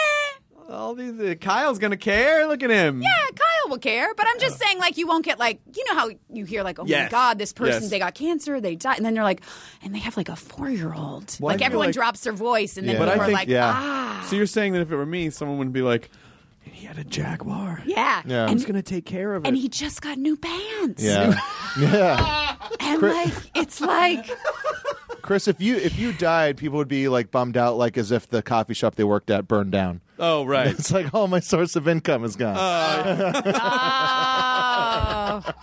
A: All these uh, Kyle's gonna care. Look at him.
H: Yeah, Kyle will care, but I'm just saying, like, you won't get like, you know how you hear like, oh
A: Uh. Yes.
H: my god, this person
A: Yes.
H: they got cancer, they died, and then you're like, and they have like a four year old.
A: Well, I
H: Like
A: feel
H: everyone
A: like-
H: drops their voice, and then
A: But
H: people
A: I
H: are
A: think
H: like,
A: yeah.
H: ah,
A: So you're saying that if it were me, someone would be like, he had a jaguar.
H: yeah,
A: Yeah.
H: and
A: Who's gonna take care of it?
H: And he just got new pants.
G: yeah.
H: and
G: Cri-
H: like, it's like,
G: Chris, if you if you died, people would be like bummed out, like as if the coffee shop they worked at burned down.
A: Oh right.
G: It's like all my source of income is gone.
A: Uh,
H: oh,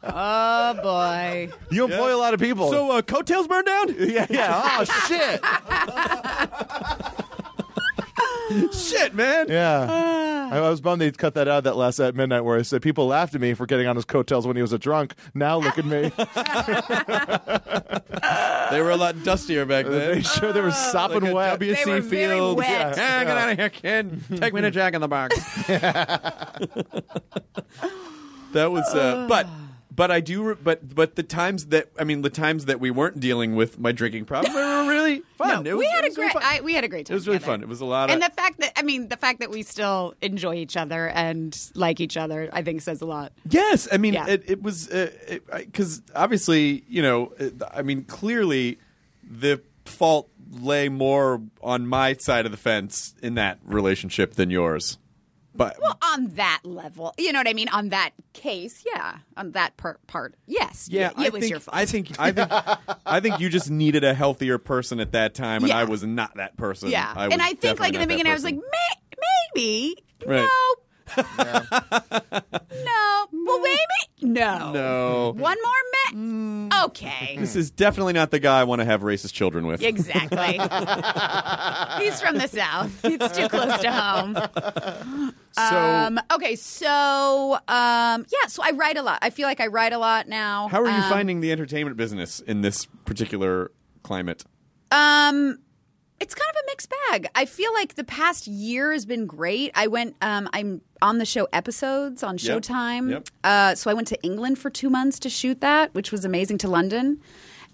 H: oh boy.
G: you employ a lot of people.
A: So uh, coattails burned down?
G: yeah, yeah. Oh shit.
A: shit, man.
G: Yeah. I I was bummed they cut that out of that last at midnight where I said people laughed at me for getting on his coattails when he was a drunk. Now look at me.
A: They were a lot dustier back then.
G: They sure they were sopping
A: like a
G: wet.
A: WC
G: They were
A: Fields.
G: very wet.
A: Yeah,
G: Yeah.
A: get out of here, kid. Take me to Jack in the Box. that was, uh, but. But I do, re- but but the times that I mean, the times that we weren't dealing with my drinking problem, they were really fun.
H: No,
A: it was,
H: we had
A: it
H: a
A: was
H: great,
A: really fun.
H: I, we had a great
A: It
H: time.
A: was really
H: together.
A: fun. It was a lot of
H: and the fact that I mean, the fact that we still enjoy each other and like each other, I think says a lot.
A: Yes, I mean
H: Yeah.
A: it, it was because obviously you know it- I mean clearly the fault lay more on my side of the fence in that relationship than yours, but
H: Well, on that level, you know what I mean. On that case, yeah. On that per- part, yes.
A: yeah,
H: it,
A: I
H: was
A: think
H: your fault.
A: I think I think I think you just needed a healthier person at that time, and
H: Yeah.
A: I was not that person.
H: yeah, and I think like in the beginning, I was like, May- maybe
A: Right.
H: no, no, well, maybe no, Mm.
A: No.
H: One more minute. okay.
A: this is definitely not the guy I want to have racist children with.
H: Exactly. He's from the South. It's too close to home. um, okay, so um, yeah, so I write a lot. I feel like I write a lot now.
A: How are you
H: um,
A: finding the entertainment business in this particular climate?
H: Um, it's kind of a mixed bag. I feel like the past year has been great. I went. Um, I'm on the show episodes on
F: Yep.
H: Showtime.
F: Yep.
H: Uh, so I went to England for two months to shoot that, which was amazing. To London.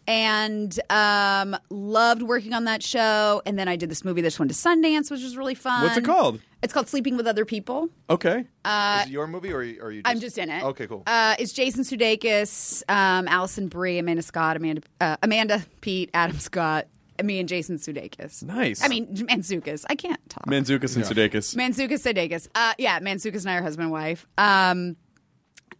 H: And um, loved working on that show. And then I did this movie that just went to Sundance, which was really fun.
A: What's it called?
H: It's called Sleeping with Other People.
A: Okay.
H: Uh,
G: Is it your movie or are you are you
H: I'm just in it.
G: Okay, cool.
H: Uh, it's Jason Sudeikis, um, Allison Brie, Amanda Scott, Amanda uh, Amanda Pete, Adam Scott, me and Jason Sudeikis.
A: Nice.
H: I mean Manzukis. I can't talk.
A: Manzukis and Sudeikis.
H: Manzukis Sudeikis. Uh, yeah, Manzukis and I are husband and wife. Um,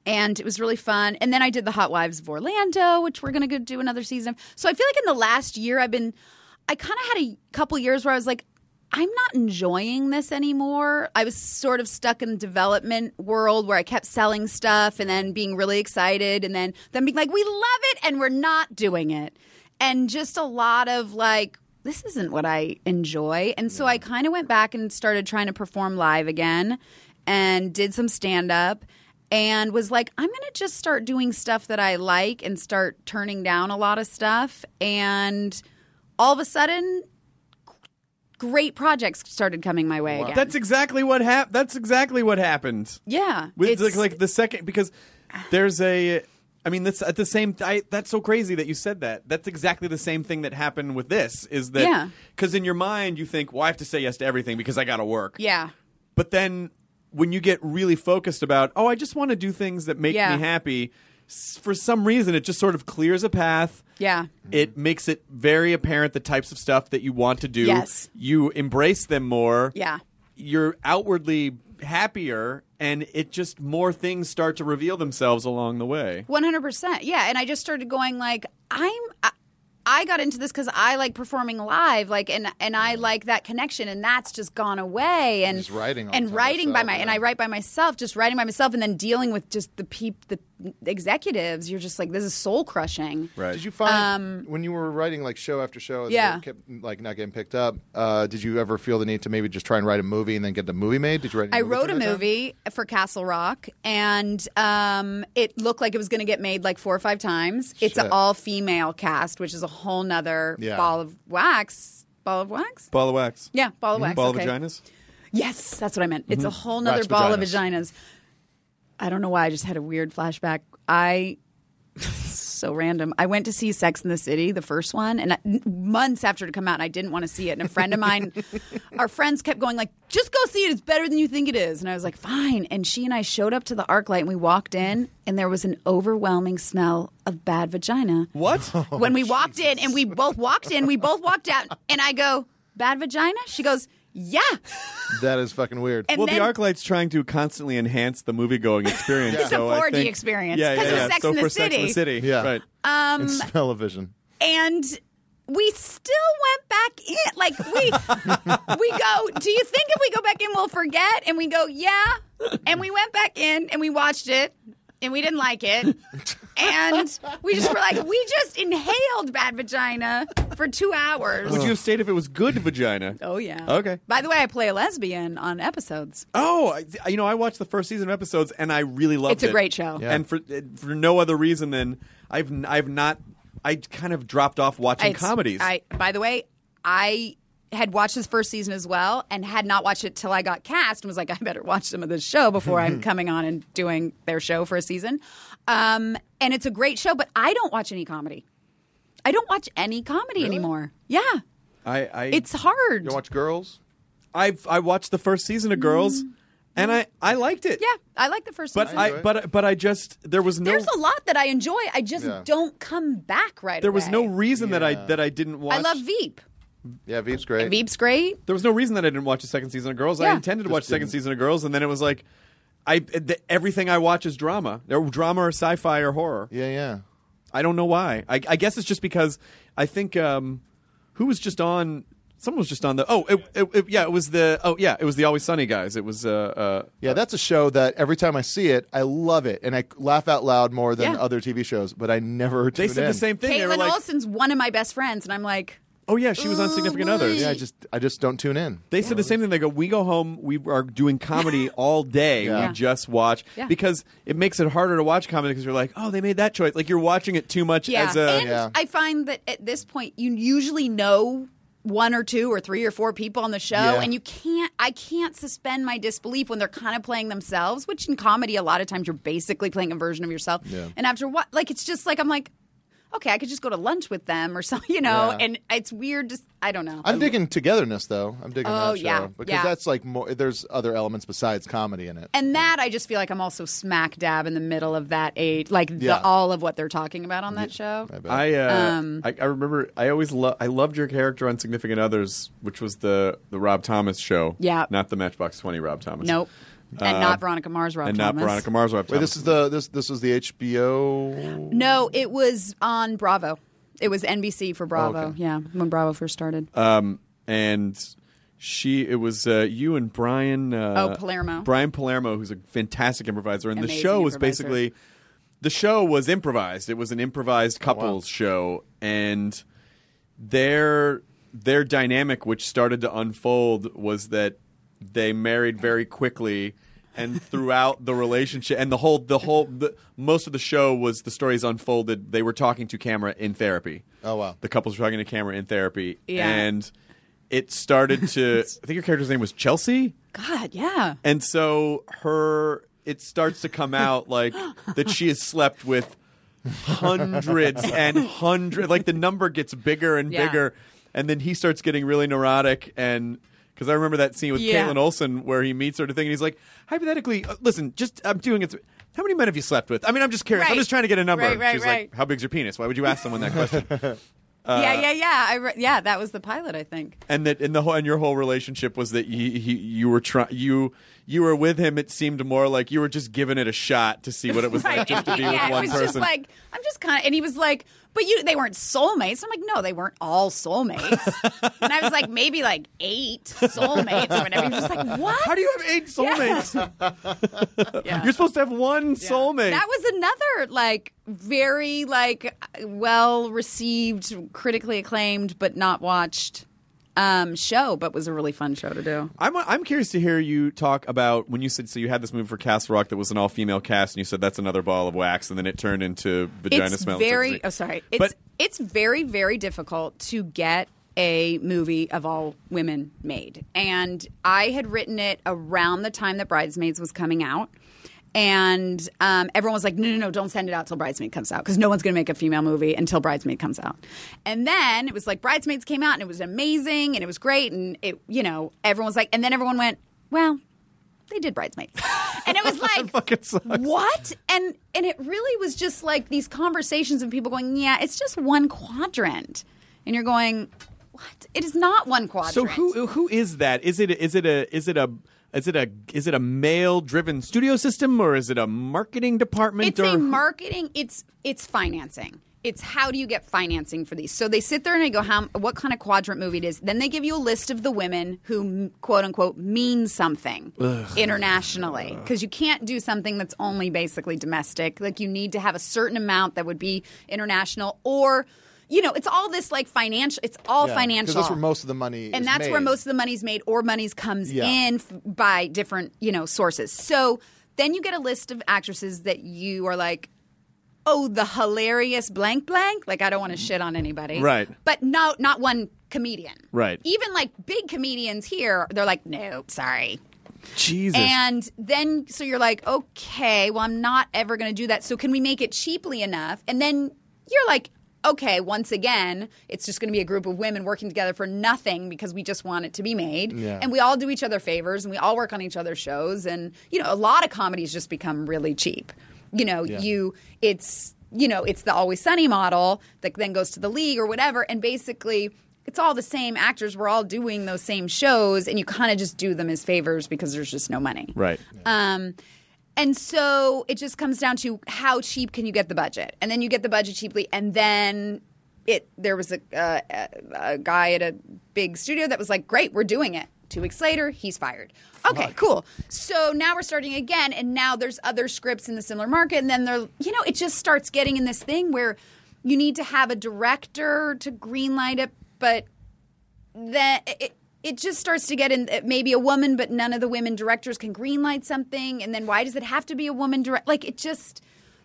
H: and it was really fun. And then I did the Hot Wives of Orlando, which we're gonna go do another season. of. So I feel like in the last year, I've been, I kind of had a couple years where I was like. I'm not enjoying this anymore. I was sort of stuck in the development world where I kept selling stuff and then being really excited and then then being like, "We love it and we're not doing it." And just a lot of like, this isn't what I enjoy. And so I kind of went back and started trying to perform live again and did some stand up and was like, I'm going to just start doing stuff that I like and start turning down a lot of stuff. And all of a sudden, great projects started coming my way again.
A: Uh, That's exactly what hap- That's exactly what happened.
H: yeah.
A: With
H: it's-
A: like, like the second because there's a I mean, that's at the same. I, that's so crazy that you said that. That's exactly the same thing that happened with this. Is
H: Yeah.
A: that because in your mind you think, well, I have to say yes to everything because I got to work.
H: Yeah.
A: But then when you get really focused about, oh, I just want to do things that make
H: Yeah.
A: me happy, s- for some reason it just sort of clears a path.
H: Yeah.
A: It makes it very apparent the types of stuff that you want to do.
H: Yes.
A: You embrace them more.
H: Yeah.
A: You're outwardly happier, and it just more things start to reveal themselves along the way.
H: One hundred percent. Yeah, and I just started going like I'm. I, I got into this because I like performing live, like and and I like that connection, and that's just gone away. And
G: Just writing all
H: and
G: the time
H: writing by
G: yourself,
H: my and
G: yeah.
H: I write by myself, just writing by myself, and then dealing with just the peep the executives. You're just like this is soul crushing.
G: Did you find when you were writing like show after show, and
H: Um, Yeah.
G: it kept like not getting picked up? Uh, did you ever feel the need to maybe just try and write a movie and then get the movie made? Did you write? Any
H: I
G: movie
H: wrote a
G: during that time?
H: movie for Castle Rock, and um, it looked like it was going to get made like four or five times. It's an
A: Shit.
H: all female cast, which is a whole nother
A: Yeah.
H: ball of wax. Ball of wax?
A: Ball of wax. Hmm?
H: Yeah, ball of wax.
A: Ball
H: okay.
A: of vaginas.
H: Yes, that's what I meant. It's a
A: Mhm.
H: whole nother
A: Rat's
H: ball of vaginas. I don't know why. I just had a weird flashback. I so random. I went to see Sex in the City, the first one, and I, months after it had come out, and I didn't want to see it. And a friend of mine, our friends kept going like, "Just go see it. It's better than you think it is." And I was like, "Fine." And she and I showed up to the ArcLight, and we walked in, and there was an overwhelming smell of bad vagina.
A: What?
H: when we walked in and we both walked in, we both walked out, and I go, bad vagina? She goes, yeah.
G: That is fucking weird.
H: And
A: well,
H: then-
A: the ArcLight's trying to constantly enhance the movie-going experience.
H: It's a
A: so I
H: 4D
A: think-
H: experience,
A: Yeah,
H: 'cause
A: yeah,
H: of
A: yeah.
H: Sex
A: so
H: and the
A: for Sex and the
H: City.
A: City, right?
H: Um,
G: and television.
H: and we still went back in. Like we we go, do you think if we go back in we'll forget? And we go, yeah. And we went back in and we watched it and we didn't like it. And we just were like, we just inhaled bad vagina for 2 hours.
A: Would you have stayed if it was good vagina?
H: Oh yeah.
A: Oh. Okay.
H: By the way, I play a lesbian on episodes.
A: Oh, I, you know, I watched the first season of episodes, and I really loved it.
H: It's a great show. Yeah.
A: and for uh, for no other reason than I've n- I've not I kind of dropped off watching
H: It's-
A: comedies.
H: I, by the way, I had watched this first season as well, and had not watched it till I got cast, and was like, I better watch some of this show before I'm coming on and doing their show for a season. Um, and it's a great show, but I don't watch any comedy. I don't watch any comedy anymore. Yeah,
A: I, I
H: it's hard.
G: watch Girls?
A: I've I watched the first season of Girls, and I I liked it.
H: Mm. Yeah, I like the first
A: but
H: season.
A: I but but I just there was no
H: There's a lot that I enjoy. I just
A: Yeah.
H: don't come back right
A: there
H: away.
A: was no reason that I that I didn't watch.
H: I love Veep.
G: Yeah, Veep's great.
H: Veep's great.
A: There was no reason that I didn't watch the second season of Girls.
H: Yeah.
A: I intended to
G: Just
A: watch the second
G: didn't.
A: season of Girls, and then it was like, I th- everything I watch is drama, or drama or sci-fi or horror.
G: Yeah, yeah.
A: I don't know why. I, I guess it's just because I think um, who was just on. Someone was just on the. Oh, it, it, it- yeah, it was the. Oh, yeah, it was the Always Sunny guys. It was. Uh, uh,
G: Yeah, that's a show that every time I see it, I love it and I laugh out loud more than
H: Yeah.
G: other TV shows. But I never.
A: They said the same thing. They were
H: Caitlin
A: like-
H: Olsen's one of my best friends, and I'm like,
A: oh yeah, she was on Significant Others.
G: Yeah, I just I just don't tune in.
A: They said the same thing. They go, we go home. We are doing comedy all day.
G: Yeah.
A: We just watch
H: Yeah.
A: because it makes it harder to watch comedy because you're like, oh, they made that choice. Like you're watching it too much
H: Yeah.
A: as a.
H: and I find that at this point, you usually know one or two or three or four people on the show,
A: Yeah.
H: and you can't. I can't suspend my disbelief when they're kind of playing themselves, which in comedy, a lot of times you're basically playing a version of yourself.
F: Yeah.
H: And after what, like, it's just like I'm like, okay, I could just go to lunch with them or something, you know.
G: Yeah.
H: And it's weird. Just I don't know.
G: I'm digging togetherness though. I'm digging
H: Oh,
G: that show
H: yeah,
G: because
H: yeah.
G: that's like more. There's other elements besides comedy in it.
H: And that I just feel like I'm also smack dab in the middle of that age, like
A: Yeah.
H: the, all of what they're talking about on that show.
A: I, uh,
H: Um,
A: I I remember I always lo- I loved your character on Significant Others, which was the the Rob Thomas show.
H: Yeah.
A: not the Matchbox Twenty Rob Thomas.
H: Nope. And not Veronica Mars Rob
A: Uh, and
H: Thomas.
A: not Veronica Mars Rob
G: Wait,
A: Thomas.
G: this is the this this was the HBO.
H: No, it was on Bravo. It was NBC for Bravo.
A: Oh, okay.
H: Yeah, when Bravo first started.
A: um, and she it was uh, you and Brian. Uh,
H: Oh, Palermo.
A: Brian Palermo, who's a fantastic improviser, and
H: Amazing
A: the show was
H: improviser.
A: basically the show was improvised. It was an improvised couples show, and their their dynamic, which started to unfold, was that they married very quickly. And throughout the relationship, and the whole, the whole, the, most of the show was the stories unfolded. They were talking to camera in therapy. Oh wow! The couples were talking to camera in therapy,
H: Yeah.
A: and it started to. I think your character's name was Chelsea.
H: God, yeah.
A: And so her it starts to come out like that she has slept with hundreds and hundreds. Like the number gets bigger and
H: Yeah.
A: bigger, and then he starts getting really neurotic and. Because I remember that scene with
H: Yeah.
A: Caitlin Olsen where he meets her to thing, and he's like, hypothetically, uh, listen, just I'm doing it. How many men have you slept with? I mean, I'm just curious. I'm
H: Right.
A: just trying to get a number.
H: Right, right,
A: She's
H: right.
A: like, how big's your penis? Why would you ask someone that question? Uh,
H: yeah, yeah, yeah. I re- yeah, that was the pilot, I think.
A: and that and the whole and your whole relationship was that you he, you were trying you you were with him. It seemed more like you were just giving it a shot to see what it was like
H: Right.
A: just to be
H: yeah,
A: with one
H: it was
A: person.
H: just like I'm just kind of, and he was like, "But you, they weren't soulmates." I'm like, "No, they weren't all soulmates." and I was like, "Maybe like eight soulmates or whatever." He was just like, "What?
A: How do you have eight soulmates? You're supposed to have one soulmate.
H: That was another like very like well received, critically acclaimed, but not watched um, show, but was a really fun show to do.
A: I'm I'm curious to hear you talk about when you said so you had this movie for Castle Rock that was an all female cast and you said that's another ball of wax and then it turned into vagina
H: it's
A: smell. and
H: very.
A: Sex
H: Oh,
A: Disease.
H: sorry. It's
A: But-
H: it's very very difficult to get a movie of all women made, and I had written it around the time that Bridesmaids was coming out. And um, everyone was like, no, no, no, don't send it out till Bridesmaid comes out because no one's going to make a female movie until Bridesmaid comes out. And then it was like Bridesmaids came out and it was amazing and it was great. And it, you know, everyone was like, and then everyone went, well, they did Bridesmaids. And it was like, what? And and it really was just like these conversations of people going, yeah, it's just one quadrant, and you're going, what? It is not one quadrant.
A: So who who is that? Is it is it a is it a is it a is it a male driven studio system or is it a marketing department
H: it's
A: or
H: a
A: who-
H: marketing. It's it's financing. It's how do you get financing for these? So they sit there and they go, how what kind of quadrant movie it is? Then they give you a list of the women who quote unquote mean something
F: Ugh.
H: internationally because you can't do something that's only basically domestic. Like you need to have a certain amount that would be international or. You know, it's all this like financial. It's all
I: Yeah, 'cause
H: financial.
I: That's where most of the money.
H: and
I: is
H: that's where
I: made.
H: most of the money's made or money's comes
I: Yeah.
H: in f- by different you know sources so then you get a list of actresses that you are like oh the hilarious blank blank like i don't want to shit on anybody
A: Right.
H: but no not one comedian
A: Right.
H: even like big comedians here they're like nope sorry
A: Jesus.
H: and then, so you're like, okay, well, I'm not ever going to do that. So can we make it cheaply enough? And then you're like, okay, once again, it's just going to be a group of women working together for nothing because we just want it to be made.
F: Yeah.
H: And we all do each other favors and we all work on each other's shows. And, you know, a lot of comedies just become really cheap. You know,
F: Yeah.
H: you, it's, you know, it's the always sunny model that then goes to the league or whatever. And basically, it's all the same actors. We're all doing those same shows, and you kind of just do them as favors because there's just no money.
A: Right.
H: Um, and so it just comes down to how cheap can you get the budget, and then you get the budget cheaply, and then it. There was a, uh, a- a guy at a big studio that was like, "Great, we're doing it." Two weeks later, he's fired. Okay, cool. So now we're starting again, and now there's other scripts in the similar market, and then they're, you know, it just starts getting in this thing where you need to have a director to greenlight it, but then it, it just starts to get in uh, maybe a woman, but none of the women directors can greenlight something. And then why does it have to be a woman direct? Like it just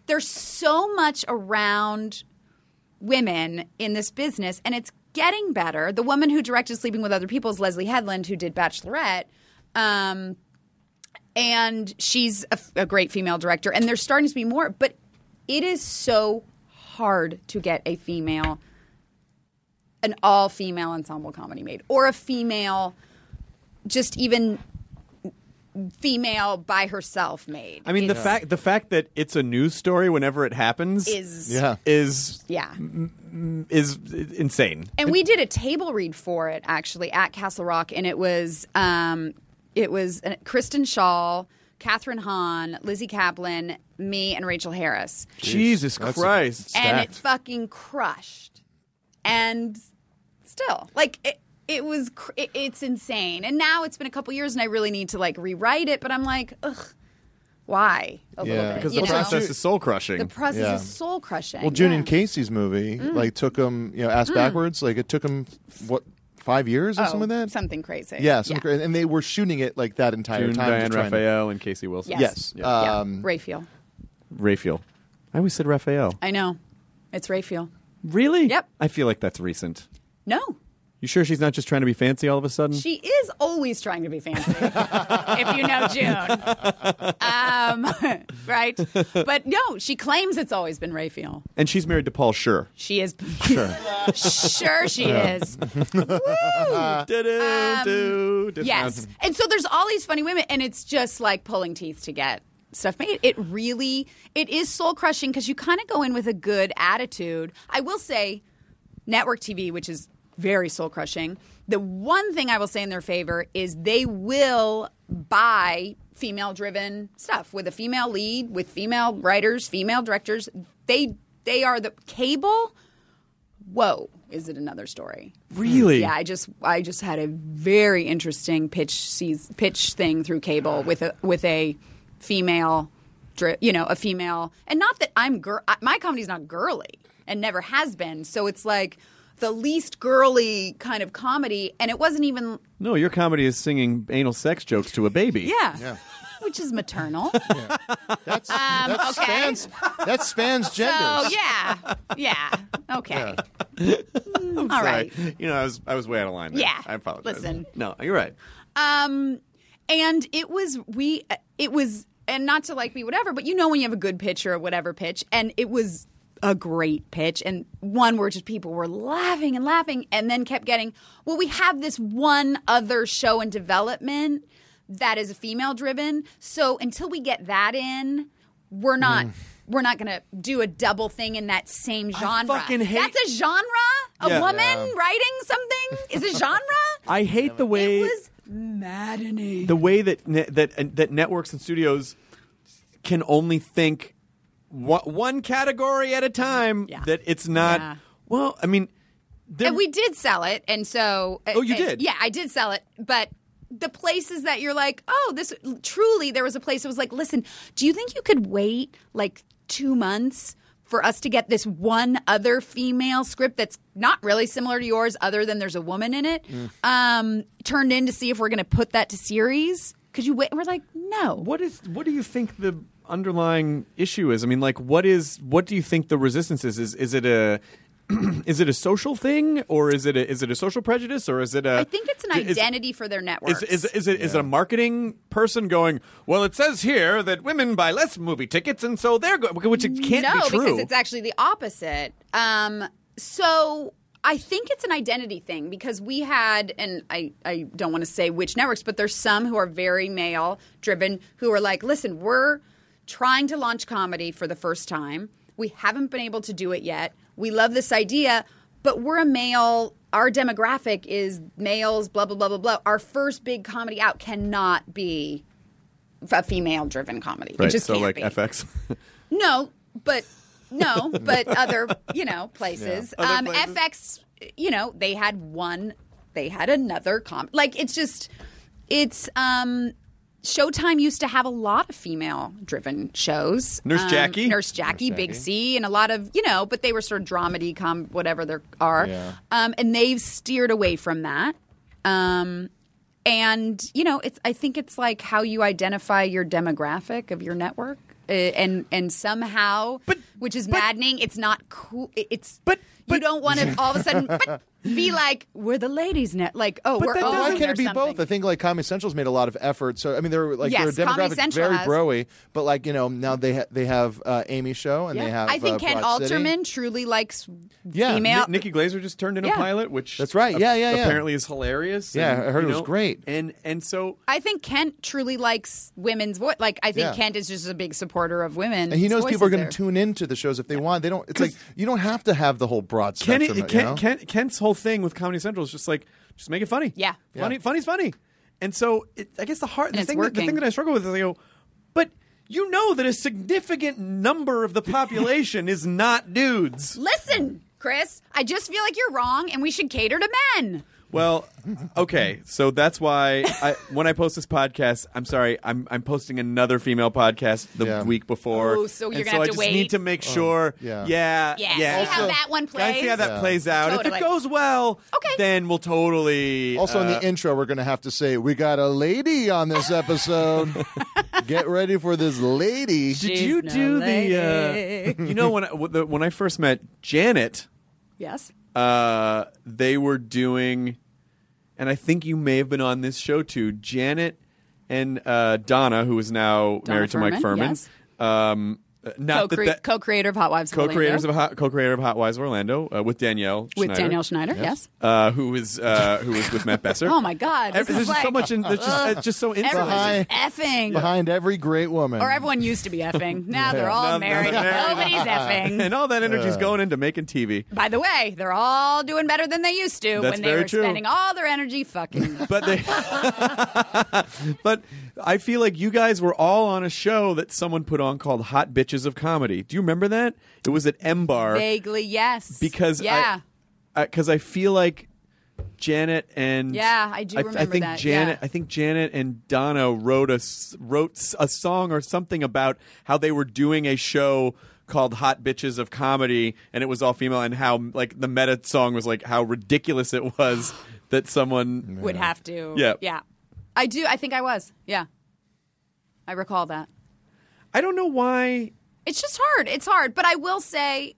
H: there's so much around women in this business, and it's getting better. The woman who directed Sleeping with Other People is Leslie Headland, who did Bachelorette. Um, and she's a, a great female director, and there's starting to be more, but it is so hard to get a female an all female ensemble comedy made or a female just even female by herself made.
A: I mean the
H: It's-
A: fact the fact that it's a news story whenever it happens
H: Is-
A: yeah. is
H: yeah.
A: is insane.
H: And we did a table read for it actually at Castle Rock, and it was um, it was uh, Kristen Shaw, Catherine Hahn, Lizzie Kaplan, me, and Rachel Harris.
A: Jesus Christ.
H: and it fucking crushed. And still, like it, it was, cr- it, it's insane. And now it's been a couple years, and I really need to like rewrite it. But I'm like, ugh, why? A little bit,
A: because
H: you
A: the
H: know?
A: process is soul crushing.
H: The process
I: Yeah.
H: is soul crushing.
I: Well, June
H: yeah.
I: and Casey's movie
H: Mm.
I: like took them, you know, ass
H: Mm.
I: backwards. Like it took them what five years or
H: oh,
I: something like that.
H: something crazy.
I: Yeah, some cra- and they were shooting it like that entire
A: June,
I: time.
A: Diane
I: just trying to-
A: Raphael, and Casey Wilson.
H: Yes.
I: Yes.
H: Yeah.
I: Um,
H: Raphael.
A: Raphael. I always said Raphael.
H: I know. It's Raphael.
A: Really?
H: Yep.
A: I feel like that's recent.
H: No.
A: You sure she's not just trying to be fancy all of a sudden?
H: She is always trying to be fancy, if you know June. Um, right? But no, she claims it's always been Raphael.
A: and she's married to Paul Schur.
H: She is.
A: Sure.
H: sure, she
A: Yeah.
H: is.
A: Um,
H: yes. And so there's all these funny women, and it's just like pulling teeth to get stuff made. It really, it is soul crushing because you kind of go in with a good attitude. I will say, network TV, which is very soul crushing. The one thing I will say in their favor is they will buy female driven stuff with a female lead, with female writers, female directors. They they are the cable. Whoa, is it another story?
A: Really?
H: Yeah, I just I just had a very interesting pitch seas- pitch thing through cable with a with a female, dri- you know, a female, and not that I'm girl. My comedy's not girly and never has been. So it's like the least girly kind of comedy, and it wasn't even
A: No, your comedy is singing anal sex jokes to a baby.
H: yeah, which is maternal.
I: That's,
H: um,
I: that
H: okay.
I: spans that spans genders.
H: So yeah, yeah, okay. All right.
A: You know, I was I was way out of line. There.
H: Yeah.
A: I apologize.
H: Listen.
A: No, you're right.
H: Um, and it was we. It was and not to like be whatever, but you know when you have a good pitch or whatever pitch, and it was a great pitch and one where just people were laughing and laughing and then kept getting well we have this one other show in development that is a female driven so until we get that in we're not
A: Mm.
H: we're not gonna do a double thing in that same genre
A: fucking hate-
H: that's a genre a
A: Yeah.
H: woman
A: Yeah.
H: writing something is a genre
A: I hate the way
H: maddening
A: the way that ne- that and- that networks and studios can only think wha- one category at a time. That it's not.
H: Yeah.
A: Well, I mean,
H: and we did sell it, and so
A: Oh, you
H: uh,
A: did?
H: Yeah, I did sell it, but the places that you're like, oh, this truly, there was a place that was like, listen, do you think you could wait like two months? For us to get this one other female script that's not really similar to yours, other than there's a woman in it,
A: Mm.
H: um, turned in to see if we're going to put that to series. Could you wait? We're like, no.
A: What is? What do you think the underlying issue is? I mean, like, what is? What do you think the resistance is? Is is it a is it a social thing, or is it a, is it a social prejudice, or is it a?
H: I think it's an
A: is-
H: identity for their network.
A: Is is is it is it a marketing person going? Well, it says here that women buy less movie tickets, and so they're going, which it can't
H: no,
A: be true.
H: because it's actually the opposite. Um, so I think it's an identity thing because we had, and I, I don't want to say which networks, but there's some who are very male driven who are like, listen, we're trying to launch comedy for the first time. We haven't been able to do it yet. We love this idea, but we're a male. Our demographic is males, blah, blah, blah, blah, blah. Our first big comedy out cannot be a female driven comedy. It
A: right,
H: just
A: so
H: can't
A: like
H: be.
A: FX.
H: No, but no, but other you know places.
A: Yeah. Other
H: um, FX, you know, they had one, they had another comp. Like it's just, it's um, Showtime used to have a lot of female-driven shows.
A: Nurse
H: Um,
A: Jackie?
H: Nurse Jackie,
A: Nurse
H: Big
A: Jackie.
H: C, and a lot of you know, but they were sort of dramedy, com, whatever there are.
A: Yeah.
H: Um, and they've steered away from that. Um, and you know, it's I think it's like how you identify your demographic of your network, uh, and and somehow, which is maddening. It's not cool. it- It's but, you don't want to all of a sudden but, be like we're the ladies' net. Like oh, we're
I: Well,
H: owned
I: why can't
H: or
I: it be
H: something.
I: both? I think like Comedy Central's made a lot of effort. So I mean, they're like
H: Yes,
I: their
H: Comedy
I: demographic
H: Central
I: very
H: has.
I: broy, but like you know now they ha- they have uh, Amy show and they
H: Yeah.
I: have.
H: I think
I: uh,
H: Ken
I: Broad City.
H: Alterman truly likes
I: Yeah,
H: female.
A: Ni- Nikki Glazer just turned in
H: Yeah.
A: a pilot, which
I: That's right. Yeah, yeah, yeah.
A: Apparently is hilarious.
I: Yeah,
A: and,
I: I heard
A: you
I: it was
A: know,
I: great.
A: And and so
H: I think Kent truly likes women's voice. Like I think
I: Yeah.
H: Kent is just a big supporter of women.
I: And he knows people are going to tune into the shows if they want. They don't. It's like you don't have to have the whole broad
A: Kenny,
I: spectrum. you
A: Ken,
I: know?
A: Ken, Kent's whole thing with Comedy Central is just like, just make it funny.
H: Yeah. Yeah.
A: funny, funny's funny. And so it, I guess the hard,
H: And
A: the
H: it's
A: thing, that, the
H: working.
A: thing that I struggle with is I go, but you know that a significant number of the population is not dudes.
H: Listen, Chris, I just feel like you're wrong, and we should cater to men.
A: Well, okay, so that's why I, when I post this podcast, I'm sorry, I'm I'm posting another female podcast the week before.
H: Oh, so you're
A: and
H: gonna
A: so
H: have
A: I
H: to
A: just
H: wait.
A: need to make sure.
I: Oh, yeah.
A: yeah,
H: Yeah, see how that one
A: Gotta see how
H: plays.
A: that
I: Yeah.
A: plays out. If
H: Totally.
A: it goes well, okay. then we'll totally.
I: Also, in
A: uh,
I: the intro, we're going to have to say we got a lady on this episode. Get ready for this lady.
A: Did you do the? Uh, you know when I, when the- when I first met Janet,
H: Yes.
A: uh, they were doing, and I think you may have been on this show too, Janet and uh, Donna, who is now
H: Donna
A: married to Mike
H: Furman,
A: Furman.
H: yes.
A: Um, uh, not
H: Co-cre-
A: that that-
H: co-creator of Hot Wives. of
A: co-creators
H: Orlando.
A: of Hot, co-creator of Hot Wives of Orlando uh, with Danielle
H: With
A: Schneider.
H: Danielle Schneider, Yes. yes.
A: uh, who is uh, who is with Matt Besser.
H: Oh my God! This
A: Every-
H: is
A: there's just so
H: like-
A: much in- there's just-
H: Ugh.
A: it's just so inside.
H: Everyone's just effing.
I: Behind every great woman.
H: Or everyone used to be effing. Now they're
A: Yeah.
H: all
A: Now
H: married.
A: they're
H: Nobody's effing.
A: and all that energy's
I: Uh.
A: going into making TV.
H: By the way, they're all doing better than they used to
A: That's
H: when they
A: very
H: were
A: true.
H: spending all their energy fucking.
A: But they, but I feel like you guys were all on a show that someone put on called Hot Bitches of Comedy. Do you remember that? It was at M Bar.
H: Vaguely, yes.
A: because I-
H: yeah,
A: because I, feel like Janet and
H: Yeah, I do
A: I,
H: remember
A: think
H: that,
A: Janet,
H: yeah.
A: I think Janet and Donna wrote a s- wrote s- a song or something about how they were doing a show called Hot Bitches of Comedy, and it was all female, and how like the meta song was like how ridiculous it was that someone
H: would have to.
A: Yeah.
H: yeah. I do. I think I was. Yeah, I recall that.
A: I don't know why.
H: It's just hard. It's hard. But I will say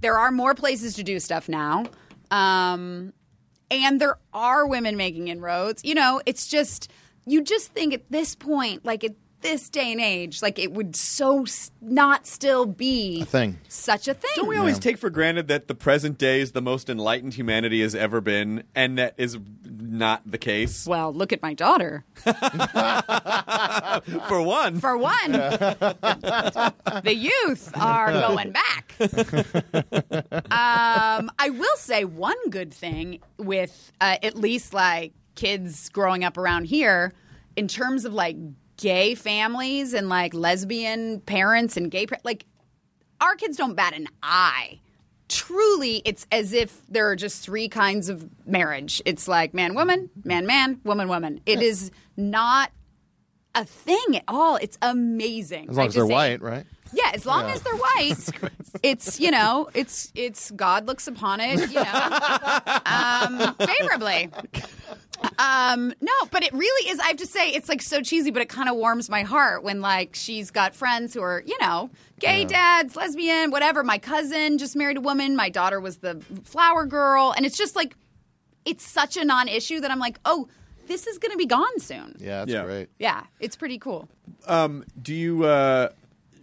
H: there are more places to do stuff now. Um, and there are women making inroads. You know, it's just, you just think at this point, like at this day and age, like it would so s- not still be
A: A thing.
H: such a thing.
A: Don't we always take for granted that the present day is the most enlightened humanity has ever been, and that is not the case?
H: Well, look at my daughter.
A: For one.
H: For one. the youth are going back. um, I will say one good thing with uh, at least like kids growing up around here in terms of like gay families and like lesbian parents and gay par- like our kids don't bat an eye. Truly, it's as if there are just three kinds of marriage. It's like man, woman, man, man, woman, woman. It is not a thing at all. It's amazing.
I: As long
H: I
I: as they're
H: just say-
I: white, right?
H: yeah, as long
I: Yeah.
H: as they're white, it's you know, it's it's God looks upon it, you know, um, favorably. Um, no, but it really is. I have to say, it's like so cheesy, but it kind of warms my heart when like she's got friends who are you know, gay dads, lesbian, whatever. My cousin just married a woman. My daughter was the flower girl, and it's just like it's such a non-issue that I'm like, oh, this is going to be gone soon.
I: Yeah, that's
A: Yeah.
I: great.
H: Yeah, it's pretty cool.
A: Um, do you uh,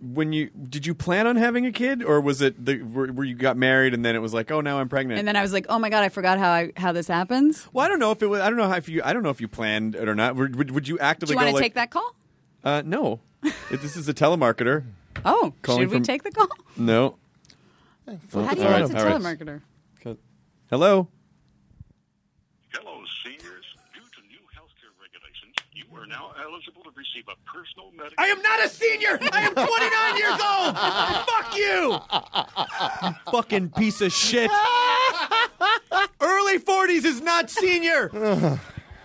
A: when you did you plan on having a kid, or was it the where, where you got married and then it was like, oh, now I'm pregnant?
H: And then I was like, oh my god, I forgot how I, how this happens.
A: well, I don't know if it was. I don't know how if you. I don't know if you planned it or not. Would, would, would you
H: Do
A: actively
H: you
A: go
H: want to
A: like?
H: take that call?
A: Uh, no, if this is a telemarketer.
H: Oh,
A: Calling
H: should we
A: from-
H: take the call?
A: No.
H: How do you
A: All
H: know
A: right,
H: it's a
A: all right.
H: telemarketer?
A: Hello.
J: Hello, seniors. Due to new healthcare regulations, you are now eligible to receive a personal medical.
K: I am not a senior. I am 29 years old.
A: Fuck you! You fucking piece of shit. Early 40s is not senior.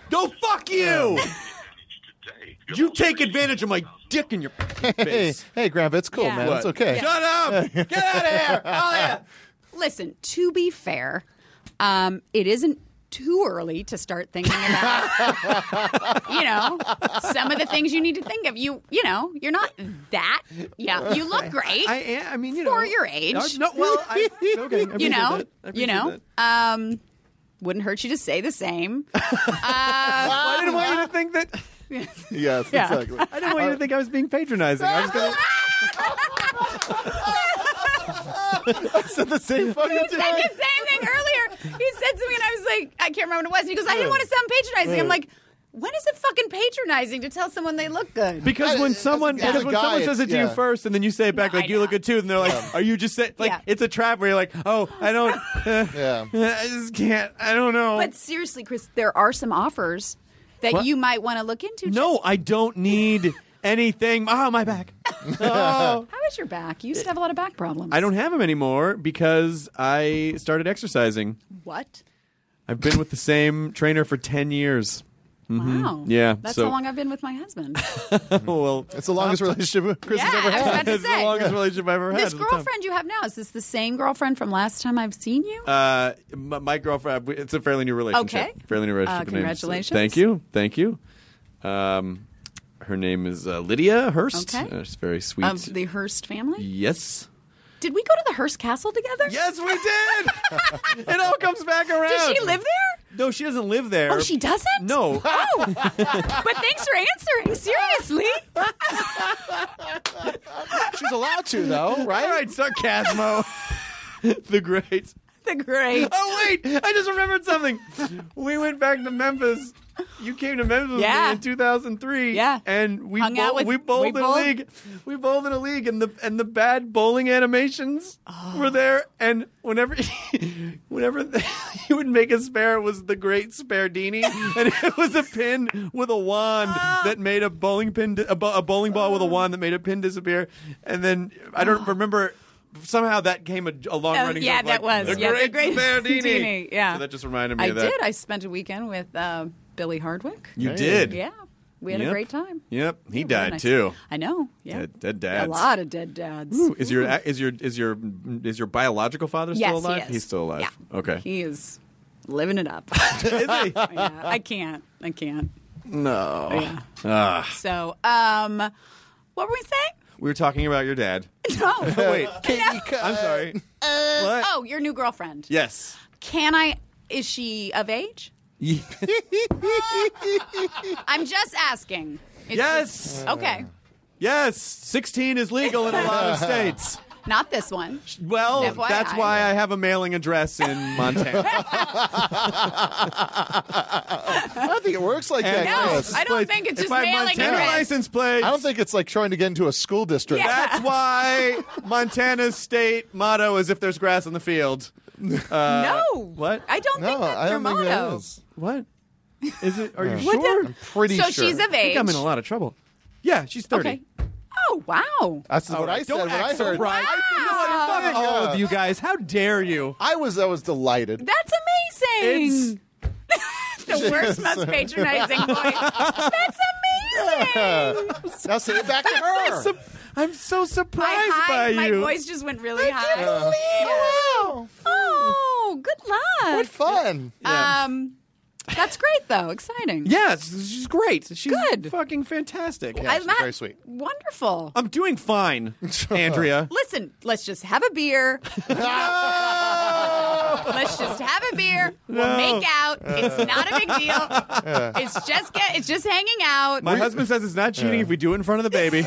A: Go fuck you. You take advantage of my dick in your
I: Hey,
A: face.
I: hey, Grandpa, it's cool,
H: Yeah.
I: man. It's
A: What?
I: okay.
A: Shut up! Get out of here!
H: Listen, to be fair, um, it isn't too early to start thinking about, you know, some of the things you need to think of. You, you know, you're not that. Yeah, you look great.
A: I am. I mean, you
H: for
A: know,
H: your age.
A: I- no, well, I- okay, I
H: you
A: appreciate
H: know,
A: that. I
H: you
A: appreciate
H: know. Um, wouldn't hurt you to say the same. Uh, I
A: didn't want you to think that.
I: Yes,
H: Yeah.
I: exactly.
A: I didn't want you to think I was being patronizing. I was gonna. I said the same
H: He
A: fucking
H: said the same thing earlier. He said something, and I was like, I can't remember what it was. And he goes, I didn't want to sound patronizing. I'm like, when is it fucking patronizing to tell someone they look good?
A: Because when someone
I: guy.
A: because when
I: As a guy,
A: someone says it to you
I: yeah.
A: first and then you say it back like you look good too and they're like are you just saying like
H: Yeah.
A: it's a trap where you're like oh I don't uh,
I: yeah
A: I just can't I don't know
H: But seriously, Chris, there are some offers that
A: What?
H: you might want to look into.
A: no I don't need anything ah my back Oh.
H: How is your back? You used to have a lot of back problems.
A: I don't have them anymore because I started exercising
H: What?
A: I've been with the same trainer for ten years Mhm.
H: Wow.
A: yeah
H: That's
A: so
H: how long I've been with my husband.
A: well it's the
I: longest relationship Chris
H: Yeah,
I: has ever
H: I was
I: had.
H: about to
A: it's
H: say.
A: the longest relationship I've ever had
H: this
A: at the time.
H: girlfriend you have now, is this the same girlfriend from last time I've seen you?
A: Uh, my, my girlfriend. It's a fairly new relationship.
H: Okay.
A: Fairly new relationship.
H: Uh,
A: Her name's-
H: congratulations.
A: Thank you. Thank you. Um, her name is uh, Lydia Hurst.
H: Okay. Um,
A: Uh, she's very sweet.
H: Of the Hearst family?
A: yes.
H: Did we go to the Hearst Castle together?
A: Yes, we did. it all comes back around.
H: Does she live there?
A: No, she doesn't live there.
H: Oh, she doesn't?
A: No.
H: Oh. but thanks for answering. Seriously.
I: She's allowed to, though, right?
A: All right, Sarcasmo. the great.
H: The great.
A: Oh, wait. I just remembered something. We went back to Memphis. You came to Memphis with me
H: Yeah.
A: in 2003.
H: Yeah.
A: And we
H: Hung out
A: bowl-
H: with-
A: we bowled
H: we
A: in a
H: bowled.
A: league. We bowled in a league and the and the bad bowling animations
H: Oh.
A: were there and whenever whenever he would make a spare it was the great Spardini and it was a pin with a wand
H: Ah.
A: that made a bowling pin di- a, bo- a bowling ball
H: Oh.
A: with a wand that made a pin disappear and then I
H: Ah.
A: don't remember Somehow that came a, a long
H: Oh,
A: running.
H: yeah, that
A: joke, like,
H: was.
A: the
H: Yeah, the
A: great,
H: great
A: Spardini.
H: Spardini, yeah.
A: So that just reminded me
H: I
A: of that.
H: did. I spent a weekend with uh, Billy Hardwick.
A: You Hey. did?
H: Yeah. We had
A: Yep.
H: a great time.
A: Yep, he
H: Yeah, really
A: died
H: nice.
A: too.
H: I know. Yeah.
A: Dead, dead dads.
H: A lot of dead dads.
A: Ooh, is your is your is your is your biological father still
H: Yes, he
A: alive?
H: is.
A: He's still alive.
H: Yeah.
A: Okay.
H: He is living it up. Yeah, I can't. I can't.
A: No.
H: Yeah.
A: Ah.
H: So, um, what were we saying?
A: we were talking about your dad.
H: No.
A: Wait. I'm sorry.
H: Uh,
A: What?
H: Oh, your new girlfriend.
A: Yes.
H: Can I? Is she of age? I'm just asking. It's
A: Yes.
H: just- okay.
A: Yes. Sixteen is legal in a lot of states.
H: Not this one.
A: Well,
H: FYI.
A: that's why I have a mailing address in Montana.
I: I don't think it works like
A: And
I: that.
A: No,
I: Chris.
H: I don't Like, think it's if just I mailing
A: Montana address- license plate.
I: I don't think it's like trying to get into a school district.
A: That's why Montana's state motto is "If there's grass in the field." Uh,
H: no.
A: What?
H: I don't think that's your motto.
A: What? Is it? Are you
H: What the-
A: sure?
H: I'm pretty So sure. she's of
A: I think I'm in
H: age.
A: a lot of trouble. Yeah, she's thirty.
H: Okay. Oh wow.
I: That's
A: All
I: what
A: right,
I: I said
A: don't
I: when
A: act
I: I heard.
A: surprised.
H: Ah. Wow.
A: Fuck all of you guys. How dare you?
I: I was I was delighted.
H: That's amazing. the worst, most patronizing voice. That's amazing.
I: now say it back to her.
A: I'm so
H: My,
A: surprised
H: high,
A: by
H: my
A: you.
H: voice just went really
I: I
H: high.
I: can't believe it.
H: Oh, good luck.
I: What fun.
H: Um, that's great though. Exciting.
A: Yes, she's great. She's
H: Good.
A: fucking fantastic.
H: I'm not- Wonderful.
A: I'm doing fine, Andrea.
H: Listen, let's just have a beer. Let's just have a beer. We'll
A: No.
H: make out. It's not a big deal. It's just get. It's just hanging out.
A: My husband says it's not cheating if we do it in front of the baby.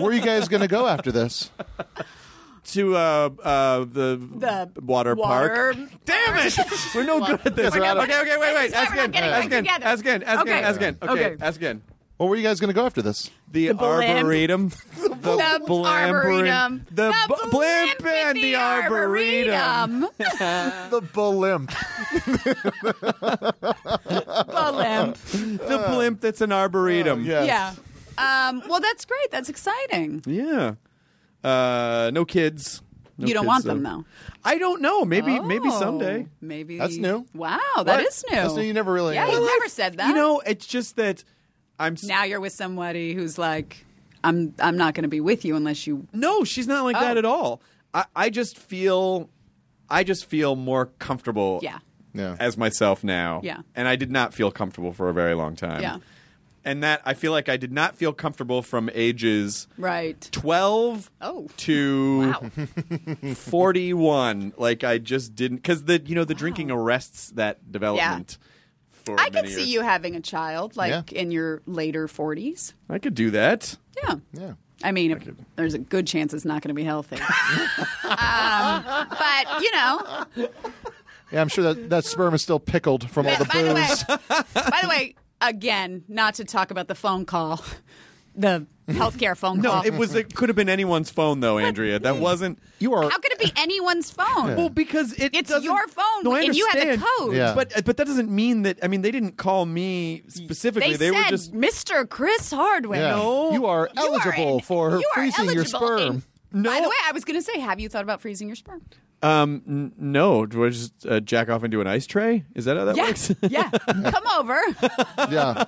I: Where are you guys going to go after this?
A: to uh, uh, the,
H: The water
A: water, park. Damn it! We're no good at this.
I: We're out of-
A: Okay, okay, wait, wait.
H: Sorry,
A: Ask
H: we're
A: again.
H: not getting
A: Ask
H: it
A: again.
H: together.
A: Ask again. Ask again.
H: Okay.
A: Ask again. Okay,
H: Okay.
A: ask again.
I: Well, where are you guys going to go after this?
A: The,
H: blimp.
A: arboretum. The,
H: The arboretum.
A: The, b- blimp and the arboretum.
I: Uh, The blimp.
H: Blimp.
A: The blimp that's an arboretum.
I: Yes.
H: Yeah. Um, well, that's great. That's exciting.
A: Yeah. Uh, no kids. No
H: you don't
A: kids,
H: want
A: though.
H: them though.
A: I don't know. Maybe maybe
H: Oh,
A: someday.
H: Maybe
I: That's new.
H: Wow, that
I: What?
H: is new.
I: That's new. You never really-
H: Yeah, you
I: Well,
H: never said that.
A: You know, it's just that I'm s-
H: now you're with somebody who's like, I'm I'm not going to be with you unless you.
A: No, she's not like that
H: Oh.
A: at all. I, I just feel, I just feel more comfortable.
H: Yeah.
I: Yeah.
A: As myself now.
H: Yeah.
A: And I did not feel comfortable for a very long time.
H: Yeah.
A: And that I feel like I did not feel comfortable from ages
H: Right.
A: twelve
H: Oh.
A: to
H: Wow.
A: forty-one. Like I just didn't because the you know the drinking arrests that development. For
H: I could
A: many
H: see
A: years.
H: you having a child like in your later 40s.
A: I could do that.
H: Yeah.
I: Yeah.
H: I mean, if, there's a good chance it's not going to be healthy. um, but, you know,
I: Yeah, I'm sure that that sperm is still pickled from all the
H: by the way,
I: booze.
H: by the way, again, not to talk about the phone call, the healthcare phone
A: No,
H: call.
A: it was. It could have been anyone's phone, though, Andrea. That wasn't.
I: You are
H: How could it be anyone's phone?
A: Well, because it
H: It's
A: doesn't-
H: your phone,
A: no, I
H: and you had the
A: understand.
H: code.
I: Yeah.
A: But but that doesn't mean that. I mean, they didn't call me specifically.
H: They,
A: They,
H: said,
A: were just
H: Mr. Chris Hardwick.
I: Yeah. You are eligible
H: in-
I: for
H: you are
I: freezing your
H: eligible in-
I: sperm.
A: no.
H: By the way, I was going to say, have you thought about freezing your sperm?
A: um, n- no. Do I just uh, jack off into an ice tray? Is that how that
H: yeah,
A: works?
H: yeah. Come over.
I: yeah.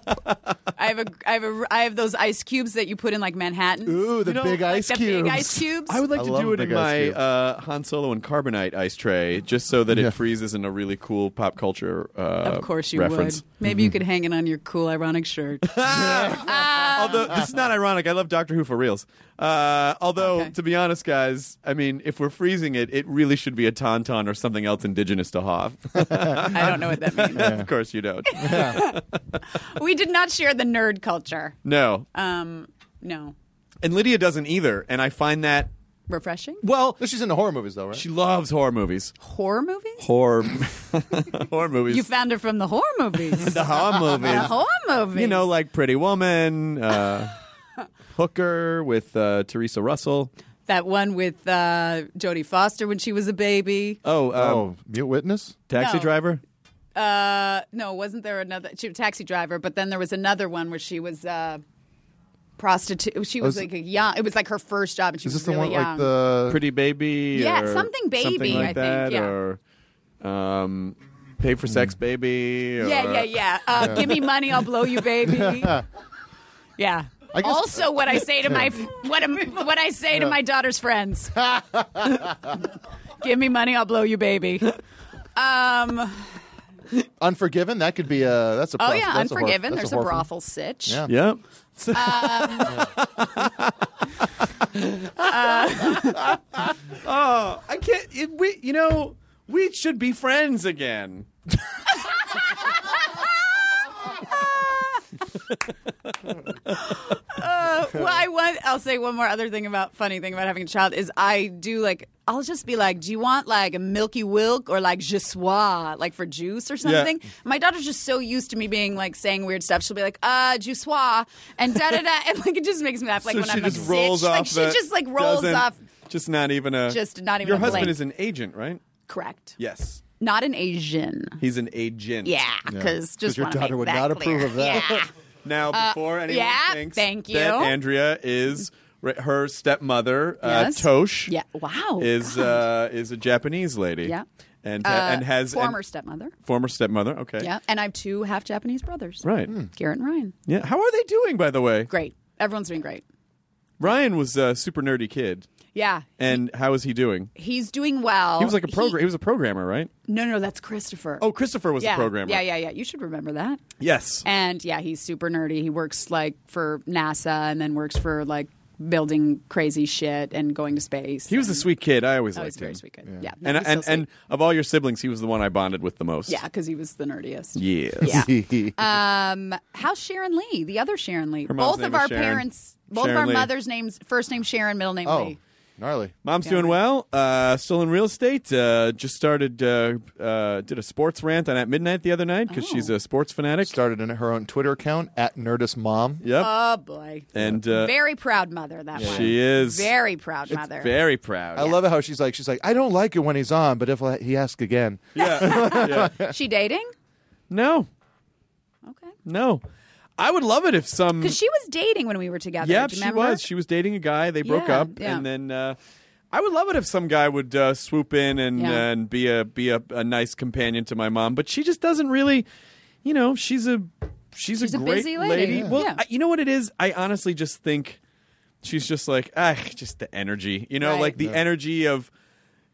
H: I have a, I have a, I have those ice cubes that you put in like Manhattan.
I: Ooh, the
H: You know,
I: big
H: like
I: ice
H: the
I: cubes.
H: Big ice cubes.
A: I would like to do it in
I: Big Ice
A: my
I: Cube.
A: uh, Han Solo and Carbonite ice tray, just so that it freezes in a really cool pop culture. Uh,
H: Of course you
A: reference.
H: would. Maybe you could hang it on your cool ironic shirt. Um,
A: although this is not ironic, I love Doctor Who for reals. Uh, although, to be honest, guys, I mean, if we're freezing it, it really should be a tauntaun or something else indigenous to Hoth.
H: I don't know what that means.
A: of course, you don't.
H: we did not share the nerd culture.
A: No,
H: Um, no.
A: and Lydia doesn't either, and I find that
H: Refreshing?
A: well,
I: she's into horror movies though, right?
A: She loves horror movies.
H: Horror movies?
A: Horror, horror movies.
H: You found her from the horror movies.
A: the horror movies.
H: The horror movies.
A: You know, like Pretty Woman, uh, Hooker with uh, Teresa Russell.
H: that one with uh, Jodie Foster when she was a baby.
A: Oh, um,
I: oh, mute witness,
A: Taxi
H: No.
A: Driver.
H: Uh, no, wasn't there another? She was a taxi driver, but then there was another one where she was uh, prostitute. She was
I: Oh, is-
H: like a young. It was like her first job, and she
I: Is
H: was
I: this the
H: really
I: one
H: young.
I: like the
A: Pretty Baby.
H: Yeah,
A: or
H: something baby,
A: something
H: I
A: like
H: think,
A: that,
H: yeah.
A: Or um, Pay for Sex Baby. Or,
H: yeah, yeah, yeah. Uh,
A: Yeah.
H: Give me money, I'll blow you, baby. yeah.
A: I guess-
H: also, what I say to my what am, what I say to
A: Yeah.
H: my daughter's friends. Give me money, I'll blow you, baby. Um.
I: Unforgiven. That could be a that's a
H: Oh
I: prof-
H: yeah,
I: that's a horror-
H: Unforgiven.
I: that's
H: There's a,
I: horror film.
H: brothel sitch.
I: Yeah.
A: Yep. Um,
H: Uh,
A: oh, I can't. It, we, you know, we should be friends again.
H: Uh, well, I want. I'll say one more other thing about funny thing about having a child is I do like. I'll just be like, do you want like a Milky Wilk or like je sois, like for juice or
F: Yeah.
H: something? My daughter's just so used to me being like saying weird stuff. She'll be like, uh, je sois, and da da da, and like it just makes me laugh. Like
A: so
H: when
A: she
H: I'm
A: just
H: like,
A: rolls
H: zitch.
A: off.
H: like she
A: the-
H: just like rolls
A: doesn't-
H: off.
A: Just not even a.
H: Just not even
A: Your
H: a
A: husband
H: blink.
A: is an agent, right?
H: Correct.
A: Yes,
H: Not an Asian.
A: he's an agent.
H: Yeah, because just
A: your
H: wanna
A: daughter
H: make
A: would
H: that
A: not approve
H: clear.
A: of that.
H: Yeah.
A: Now,
H: Uh,
A: before anyone
H: yeah,
A: thinks
H: thank you.
A: that Andrea is re- her stepmother,
H: Yes.
A: uh, Tosh.
H: Yeah. Wow.
A: Is uh, is a Japanese lady.
H: Yeah.
A: And
H: Uh,
A: and has
H: former
A: and-
H: stepmother.
A: Former stepmother. Okay.
H: Yeah, and I have two half Japanese brothers.
A: Right.
I: Hmm.
H: Garrett and Ryan.
A: Yeah. How are they doing, by the way?
H: Great. Everyone's doing great.
A: Ryan was a super nerdy kid.
H: Yeah.
A: And how is he doing?
H: He's doing well.
A: he was like a program. He was a programmer, right?
H: No, no, that's Christopher.
A: Oh, Christopher was the
H: yeah.
A: programmer.
H: Yeah, yeah, yeah. You should remember that.
A: Yes.
H: And yeah, he's super nerdy. He works like for NASA and then works for like building crazy shit and going to space.
A: He was a sweet kid. I always
H: Oh,
A: liked
H: he's a very
A: him.
H: sweet kid. Yeah. Yeah,
A: And
H: he's so
A: and, and of all your siblings, he was the one I bonded with the most.
H: Yeah, because he was the nerdiest.
A: Yes.
H: Um, how's Sharon Lee? The other Sharon Lee.
A: Her mom's
H: both of
A: name is
H: our
A: Sharon.
H: parents, both
A: Sharon
H: of our
A: Lee.
H: mothers' names, first name Sharon, middle name
G: Oh.
H: Lee.
I: Oh, gnarly.
A: Mom's
H: Yeah.
A: doing well. Uh, still in real estate. Uh, just started. Uh, uh, did a sports rant on at midnight the other night because she's
H: Oh.
A: a sports fanatic.
I: Started in her own Twitter account at Nerdist Mom.
A: Yep.
H: Oh boy.
A: and uh,
H: very proud mother that
I: Yeah.
H: one.
I: She is.
H: Oh. Very proud mother.
A: very proud.
I: I love it how she's like she's like I don't like it when he's on, but if I, he asks again,
A: Yeah.
H: she dating?
A: No.
H: Okay.
A: No. I would love it if some.
H: Because she was dating when we were together.
A: Yeah,
H: do
A: Hmm. she
H: you remember?
A: was. She was dating a guy. They broke
H: Yeah,
A: up,
H: yeah.
A: and then uh, I would love it if some guy would uh, swoop in and
H: Yeah.
A: and be a be a, a nice companion to my mom. But she just doesn't really, you know, she's a she's,
H: She's a
A: great
H: busy lady. Yeah.
A: Well,
H: Yeah.
A: I, you know what it is. I honestly just think she's just like ah, just the energy. You know,
H: Right.
A: like the
H: Yeah.
A: energy of.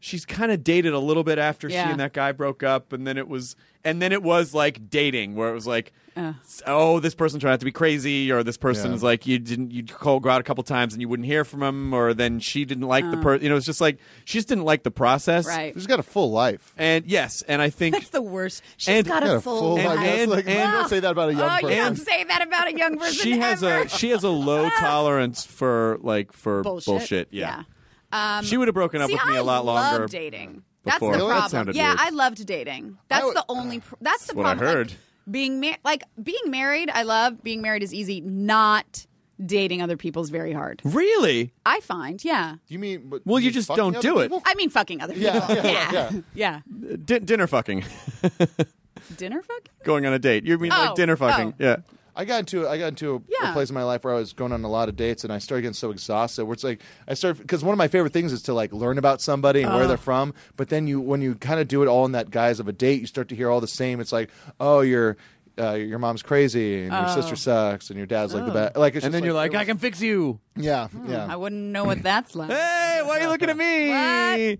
A: She's kind of dated a little bit after she
H: Yeah.
A: and that guy broke up, and then it was, and then it was like dating, where it was like,
H: Uh.
A: oh, this person turned out to be crazy, or this person's
I: Yeah.
A: like you didn't you call go out a couple times and you wouldn't hear from him, or then she didn't like the person. You know, it's just like she just didn't like the process.
H: Uh. Right. She's
I: got a full life.
A: And yes, and I think
H: That's the worst. She's
A: and-
H: got, a full, life.
A: And,
I: like,
A: and-
I: don't say that about a young
H: oh,
I: person.
H: you don't say that about a young person.
A: she has
H: ever.
A: a she has a low tolerance for like for bullshit. Yeah.
H: Um,
A: She would have broken up
H: see,
A: with me
H: I
A: a lot longer
H: Love dating. That's
A: before.
H: the
A: Really? That
H: problem.
A: sounded
H: yeah,
A: weird.
H: I loved dating. That's the only. Pr- that's the
A: what I
H: problem. Like,
A: heard.
H: being mar- like being married, I love being married is easy. Not dating other people is very hard.
A: Really?
H: I find, yeah.
I: You mean? But,
A: Well, you just don't do it.
H: I mean, fucking other people.
I: Yeah,
H: Yeah, yeah.
A: Din- dinner fucking,
H: Dinner fucking.
A: going on a date. You mean
H: Oh,
A: like dinner fucking?
H: oh.
A: Yeah.
I: I got into I got into a,
H: Yeah.
I: a place in my life where I was going on a lot of dates and I started getting so exhausted. Where it's like I start because one of my favorite things is to like learn about somebody and where
G: Ugh.
H: Uh.
I: they're from. But then you when you kind of do it all in that guise of a date, you start to hear all the same. It's like oh you're. uh, your mom's crazy and your
H: Oh.
I: sister sucks and your dad's like the
H: Oh.
I: best. Like, it's
H: And
I: just
H: then you're like,
I: I
H: "I
I: can fix you. Yeah, yeah.
H: I wouldn't know what that's like.
A: Hey, why are you looking at me?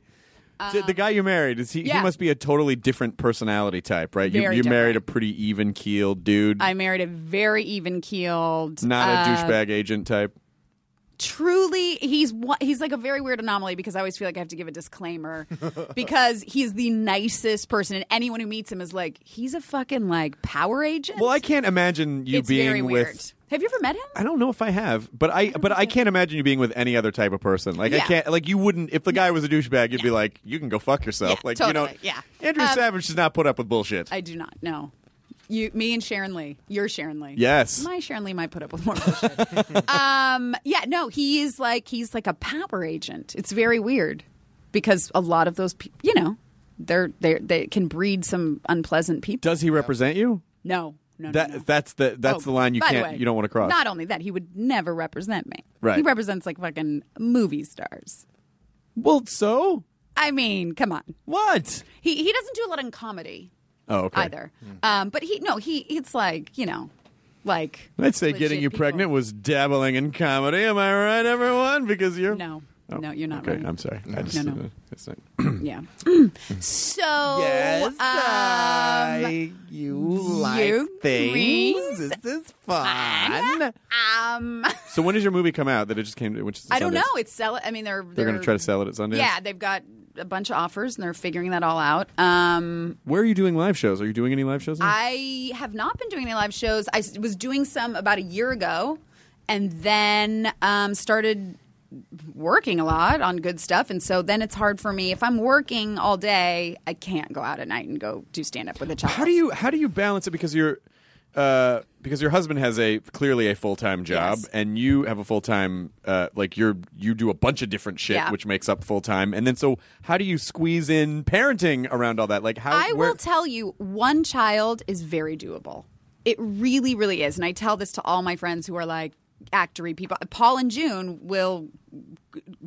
A: So the guy you married is he? He
H: yeah.
A: must be a totally different personality type, right? You,
H: Very
A: you married a pretty even keeled dude,
H: I married a very even keeled, uh,
A: not a douchebag agent type.
H: Truly, he's wa- he's like a very weird anomaly because I always feel like I have to give a disclaimer because he's the nicest person, and anyone who meets him is like, he's a fucking like power agent.
A: Well, I can't imagine you
H: it's
A: being
H: very
A: with.
H: weird. Have you ever met him?
A: I don't know if I have, but I but I can't imagine you being with any other type of person. Like I
H: Yeah.
A: can't like you wouldn't if the guy was a douchebag, you'd be like, you can go fuck yourself. like
H: totally.
A: you know,
H: yeah.
A: Andrew
H: Um,
A: Savage does not put up with bullshit.
H: I do not. No. You, me, and Sharon Lee. Your Sharon Lee.
A: Yes.
H: My Sharon Lee might put up with more bullshit. um, yeah. No, he is like he's like a power agent. It's very weird because a lot of those people, you know, they're they are they can breed some unpleasant people.
A: Does he represent you?
H: No. No.
A: that
H: no, no.
A: that's the that's
H: Oh,
A: the line you
H: by the
A: can't
H: way,
A: you don't want to cross.
H: Not only that, he would never represent me.
A: Right.
H: He represents like fucking movie stars.
A: Well, so
H: I mean, come on.
A: What?
H: He he doesn't do a lot in comedy.
A: oh, okay.
H: either. Um, but he, no, he, it's like you know, like
A: I'd say
H: legit
A: getting you
H: people.
A: pregnant was dabbling in comedy. Am I right, everyone? Because you're
H: No, no, you're not
A: Oh, Okay,
H: right.
A: I'm sorry. I just,
H: no, Oh, no.
A: it's not-
H: yeah. So um, yes,
A: I- you like things. This is fun.
H: Um,
A: So when does your movie come out? That it just came to which is
H: I don't
A: Sundance?
H: know. It's sell. I mean, they're
A: They're going to try to sell it at Sundance.
H: Yeah, they've got a bunch of offers and they're figuring that all out. Um,
A: Where are you doing live shows? Are you doing any live shows? Now?
H: I have not been doing any live shows. I s- was doing some about a year ago, and then um, started working a lot on good stuff. And so then it's hard for me if I'm working all day. I can't go out at night and go do stand up with a child.
A: how do you how do you balance it because you're uh, because your husband has a clearly a full time job and you have a full time uh, like you're you do a bunch of different shit
H: Yeah.
A: which makes up full time and then so how do you squeeze in parenting around all that like how
H: I
A: where-
H: will tell you, one child is very doable. It really, really is. And I tell this to all my friends who are like actory people. Paul and June will,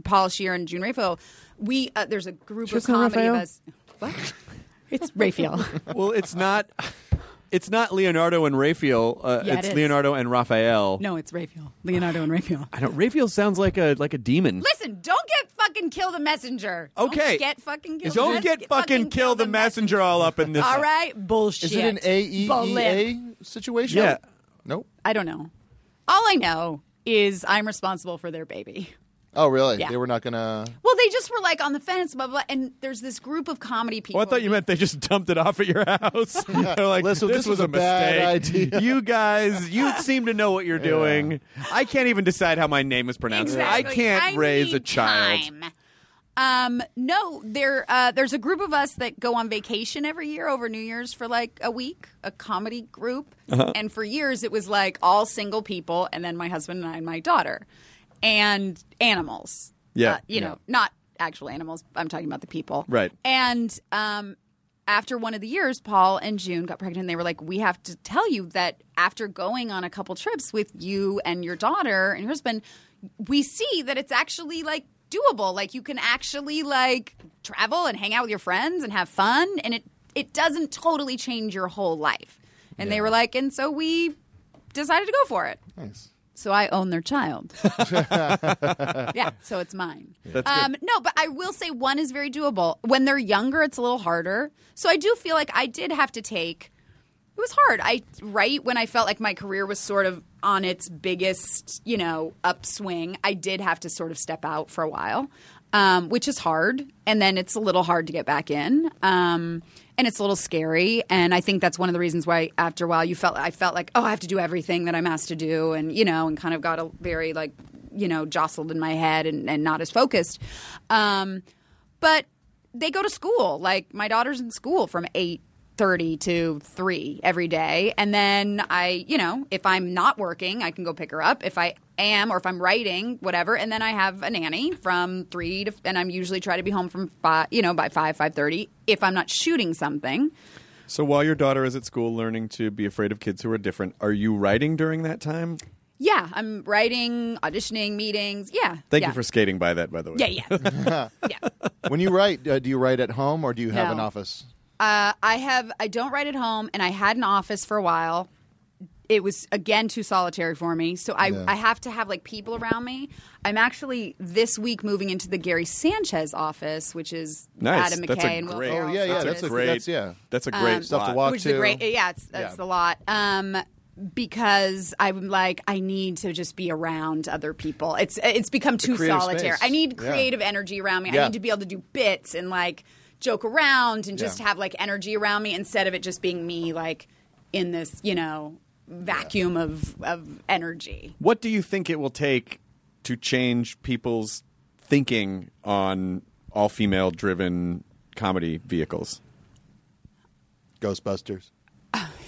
H: Paul Shear and June Raphael. We uh, there's a group
A: Tristan
H: of comedy
A: Raphael?
H: of us. What? It's Raphael.
A: well it's not it's not Leonardo and Raphael uh,
H: Yeah, it
A: it's
H: is.
A: Leonardo and Raphael
H: no, it's Raphael. Leonardo and Raphael.
A: I don't Raphael sounds like a like a demon
H: Listen, don't get fucking kill the messenger.
A: Okay.
H: Don't get fucking kill. the
A: don't
H: mes-
A: get fucking, kill the messenger all up in this
H: All right, bullshit.
I: Is it an
H: E
I: AEEA
A: E
H: Bullip.
I: situation?
A: yeah
I: Nope.
H: I don't know. All I know is I'm responsible for their baby.
I: Oh, really?
H: Yeah.
I: They were not gonna.
H: Well, they just were like on the fence, blah blah. blah and there's this group of comedy people.
A: Well, Oh, I thought you meant they just dumped it off at your house. They're like,
I: Listen, this
A: this,
I: was
A: was, a
I: a bad
A: mistake. You guys, you seem to know what you're doing. I can't even decide how my name is pronounced. I
H: Exactly.
A: can't
H: I
A: raise
H: need
A: a child.
H: Um, no, there. Uh, there's a group of us that go on vacation every year over New Year's for like a week, a comedy group.
F: Uh-huh.
H: And for years, it was like all single people, and then my husband and I and my daughter, and animals.
F: Yeah.
H: Uh, you know, not actual animals. I'm talking about the people.
F: Right.
H: And um, after one of the years, Paul and June got pregnant. And they were like, "We have to tell you that after going on a couple trips with you and your daughter and your husband, we see that it's actually like." doable like you can actually like travel and hang out with your friends and have fun and it it doesn't totally change your whole life and they were like and so we decided to go for it
I: Nice.
H: so i own their child yeah, so it's mine.
F: That's
H: um, no, but I will say one is very doable. When they're younger, it's a little harder. So I do feel like I did have to take. It was hard. I right when I felt like my career was sort of on its biggest, you know, upswing. I did have to sort of step out for a while, um, which is hard. And then it's a little hard to get back in, um, and it's a little scary. And I think that's one of the reasons why after a while you felt I felt like oh I have to do everything that I'm asked to do, and you know, and kind of got a very like you know jostled in my head and, and not as focused um, but they go to school like my daughter's in school from 8.30 to 3 every day and then i you know if i'm not working i can go pick her up if i am or if i'm writing whatever and then i have a nanny from 3 to and i'm usually try to be home from 5 you know by 5 5.30 if i'm not shooting something
A: So while your daughter is at school learning to be afraid of kids who are different, are you writing during that time?
H: yeah i'm writing auditioning meetings yeah
A: Thank
H: yeah.
A: you for skating by that, by the way.
H: yeah yeah
I: when you write, uh, do you write at home or do you have
H: No.
I: an office?
H: Uh, I have. I don't write at home, and I had an office for a while. It was again too solitary for me, so I,
L: Yeah.
H: I have to have like people around me. I'm actually this week moving into the Gary Sanchez office, which is
A: Nice.
H: Adam McKay
A: that's a
H: and Will
A: great.
H: Ferrell's office.
A: a great. That's a great
H: Um,
A: lot.
H: which Is a great, yeah, it's that's
A: Yeah.
H: the lot. Um, because I'm like, I need to just be around other people. It's it's become
F: The
H: too
F: creative
H: solitary.
F: space.
H: I need
F: Yeah.
H: creative energy around me. I
F: Yeah.
H: need to be able to do bits and like joke around and just
F: Yeah.
H: have like energy around me instead of it just being me like in this you know vacuum of of energy.
A: What do you think it will take to change people's thinking on all female driven comedy vehicles?
I: Ghostbusters.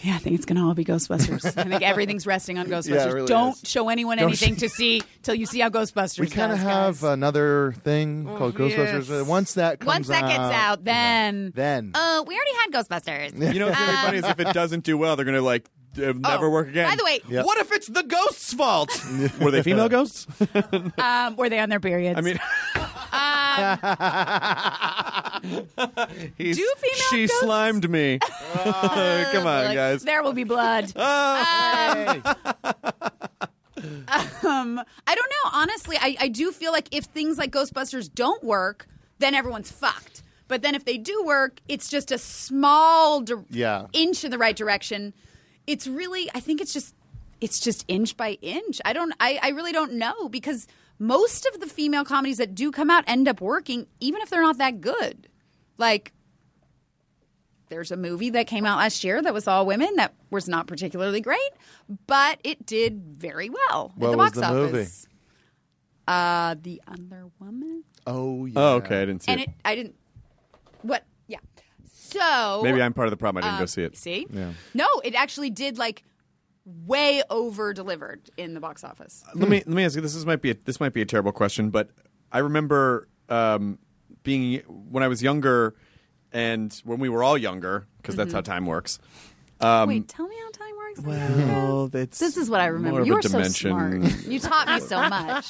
H: Yeah, I think it's gonna all be Ghostbusters. I think everything's resting on Ghostbusters.
I: really
H: Don't
I: is.
H: show anyone
I: Don't
H: anything to see till you see how Ghostbusters.
I: We kind of
H: does,
I: have
G: uh,
I: another thing called Ghostbusters.
H: Oh, yes.
I: Once that comes
H: Once that gets out, then
I: then
H: oh, we already had Ghostbusters.
A: You know, what's going to be funny is if it doesn't do well, they're going to like uh, never work again.
H: Oh, by the way, Yep.
A: what if it's the ghost's fault? Were they female ghosts?
H: um, were they on their periods?
A: I mean, He's-
H: Do female
A: she
H: ghosts-
A: slimed me. Come on,
H: Like,
A: guys.
H: There will be blood. Um, I don't know. Honestly, I, I do feel like if things like Ghostbusters don't work, then everyone's fucked. But then if they do work, it's just a small di-
I: Yeah.
H: inch in the right direction. It's really, I think it's just, it's just inch by inch. I don't, I, I really don't know because most of the female comedies that do come out end up working, even if they're not that good. Like, there's a movie that came out last year that was all women that was not particularly great, but it did very well at
I: What
H: the
I: was
H: box
I: the
H: office.
I: movie?
H: Uh, the Other Woman,
I: Oh, yeah.
A: Oh, okay. I didn't see
H: and
A: it.
H: it, I didn't. What? Yeah. So
A: Maybe I'm part of the problem. I didn't go
H: um,
A: see it.
H: See?
A: Yeah.
H: No, it actually did like way over delivered in the box office.
A: let me let me ask you this is might be a, this might be a terrible question but i remember um, being when i was younger and when we were all younger because that's
H: Mhm.
A: how time works um,
H: Wait, tell me how time works.
A: well that's
H: This is what I remember.
A: more of
H: you
A: a
H: were
A: dimension.
H: so smart. You taught me so much.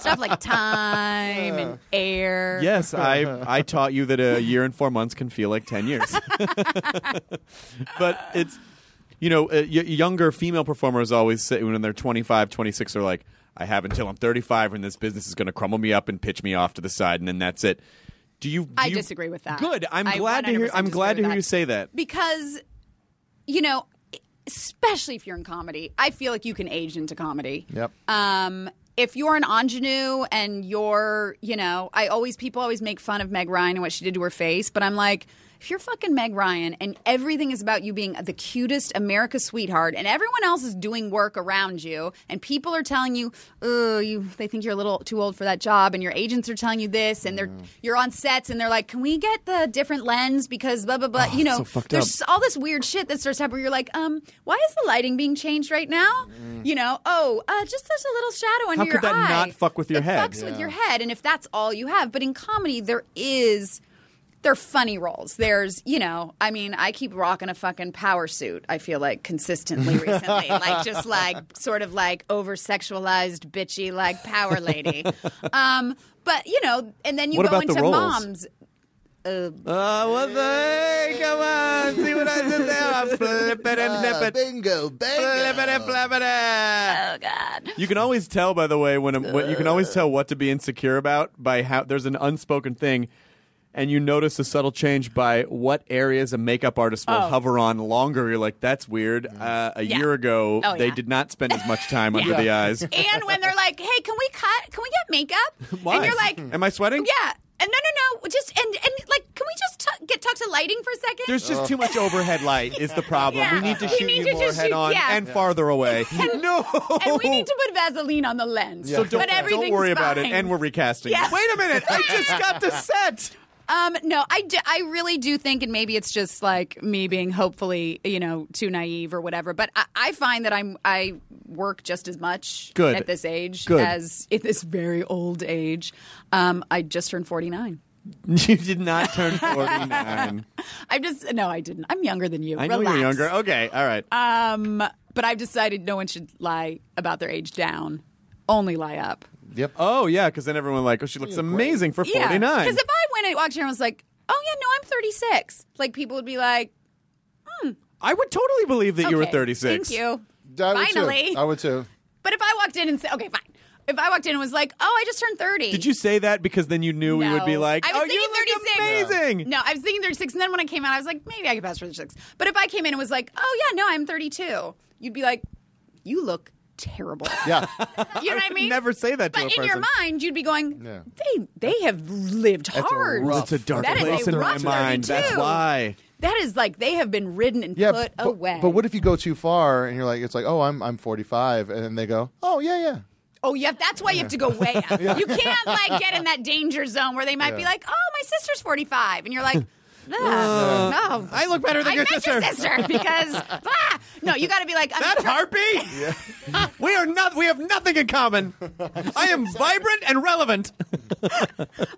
H: Stuff like time and air.
A: yes i i taught you that a year and four months can feel like 10 years but it's you know uh, y- younger female performers always say when they're 25 26 are like i have until i'm 35 when this business is going to crumble me up and pitch me off to the side and then that's it do you
H: I
A: do you-
H: disagree with that.
A: Good. I'm
H: I
A: glad to hear.
H: 100%
A: I'm glad to
H: disagree
A: hear
H: with
A: you say that.
H: because you know especially if you're in comedy i feel like you can age into comedy
I: Yep.
H: um if you're an ingenue and you're you know i always people always make fun of meg ryan and what she did to her face but i'm like if you're fucking meg ryan and everything is about you being the cutest america sweetheart and everyone else is doing work around you and people are telling you oh you they think you're a little too old for that job and your agents are telling you this and they're you're on sets and they're like can we get the different lens because blah blah blah you know
F: so fucked
H: there's
F: up.
H: it's all this weird shit that starts happening. Where you're like, um, why is the lighting being changed right now? You know, oh, uh, just there's a little shadow under
A: Mm. How
H: your
A: could that
H: eye.
A: not fuck with your
H: it
A: head?
H: Fucks with your head, and if that's all you have, but in comedy there is. They're funny roles. There's, you know, I mean, I keep rocking a fucking power suit. I feel like consistently recently, like just like sort of like over sexualized, bitchy, like power lady. Um, but you know, and then you
A: What
H: go
A: about the
H: into
A: roles?
H: moms. Uh,
A: uh, what the? Hey, come on, see what I did there? I'm flipping and nipping.
I: bingo, Uh,
A: Flipping and flipping Oh
H: God!
A: You can always tell, by the way, when, a, when you can always tell what to be insecure about by how there's an unspoken thing, and you notice a subtle change by what areas a makeup artist will
H: Oh.
A: hover on longer. You're like, that's weird. Uh, a
H: Yeah.
A: year ago,
H: Oh,
A: they
H: yeah.
A: did not spend as much time under
H: Yeah.
A: the eyes.
H: and when they're like, "Hey, can we cut? Can we get makeup?"
A: Why?
H: And you're like,
A: Am I sweating?
H: Yeah. And no, no, no. Just and and like, can we just t- get talked to lighting for a second?
A: There's just too much overhead light is the problem.
H: Yeah.
A: We need to
H: We
A: shoot
H: need
A: you
H: to
A: more
H: just
A: head
H: shoot-
A: on
H: yeah.
A: and
H: Yeah.
A: farther away.
H: And-
A: no.
H: And we need to put Vaseline on the lens.
A: So don't,
H: but everything's
A: don't worry about it.
H: fine.
A: And we're recasting.
H: Yeah.
A: Wait a minute. I just got to set.
H: Um, no, I, d- I really do think, and maybe it's just like me being hopefully, you know, too naive or whatever. But I, I find that I'm I work just as much
F: Good.
H: at this age
F: Good.
H: as at this very old age. Um, I just turned 49.
A: You did not turn 49.
H: I'm just no, I didn't. I'm younger than you.
A: I know
H: Relax.
A: you're younger. Okay. All right.
H: Um, but I've decided no one should lie about their age down. Only lie up.
I: Uh,
A: Yep. Oh, yeah. Because then everyone like, oh, she looks amazing for
H: Yeah.
A: 49.
H: Because if I went and walked here and was like, oh yeah, no, I'm 36. Like people would be like,
A: I would totally believe that you were
H: okay,
A: 36.
H: Thank you.
I: I would
H: Finally.
I: too. I would too.
H: But if I walked in and said, okay, fine. If I walked in and was like, oh, I just turned 30.
A: Did you say that because then you knew we would be
H: No.
A: like,
H: I was
A: oh,
H: thinking
A: you
H: 36.
A: look amazing?
H: No, I was thinking 36. And then when I came out, I was like, maybe I could pass for 36. But if I came in and was like, oh, yeah, no, I'm 32, you'd be like, you look terrible.
I: Yeah.
H: You know what I mean?
A: Never say that to
H: But
A: a person.
H: in your mind, you'd be going,
A: Yeah.
H: they they have lived hard.
A: That's a dark
H: That is
A: place
H: a
A: in my
H: rough
A: mind. That's
H: 32.
A: why.
H: That is like they have been ridden and
I: Yeah,
H: put
I: but,
H: away.
I: but what if you go too far and you're like, it's like, oh, I'm I'm 45, and then they go, oh yeah, yeah.
H: Oh, yeah, that's why you have to go way up.
I: Yeah.
H: You can't like get in that danger zone where they might be
I: Yeah.
H: like, "Oh, my sister's 45," and you're like, "Nah,
A: Uh,
H: "No,
A: I look better than
H: I
A: your
H: met
A: sister."
H: because ah! no, you got to be like I'm
A: That
H: try-
A: harpy? we are not. We have nothing in common. I am vibrant and relevant.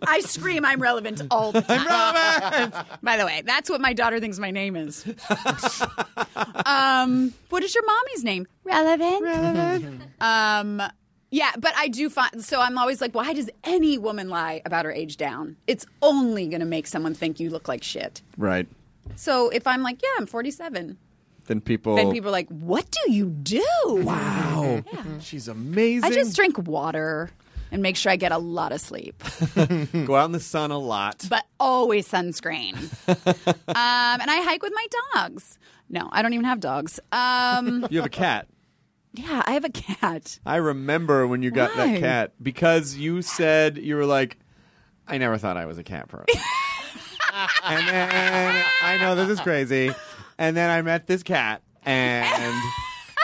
H: I scream, I'm relevant all the time. I'm relevant. By the way, that's what my daughter thinks my name is. um, what is your mommy's name? Relevant. Relevant. um, yeah, but I do find so I'm always like, why does any woman lie about her age down? It's only going to make someone think you look like shit.
A: Right.
H: So if I'm like, yeah, I'm 47,
A: Then people.
H: then people are like, what do you do?
A: Wow. She's amazing.
H: I just drink water and make sure I get a lot of sleep.
A: go out in the sun a lot.
H: but always sunscreen. um, and I hike with my dogs. No, I don't even have dogs. Um,
A: You have a cat.
H: yeah, I have a cat.
A: I remember when you got
H: Why?
A: that cat because you said you were like, I never thought I was a cat person. and then I know this is crazy. And then I met this cat, and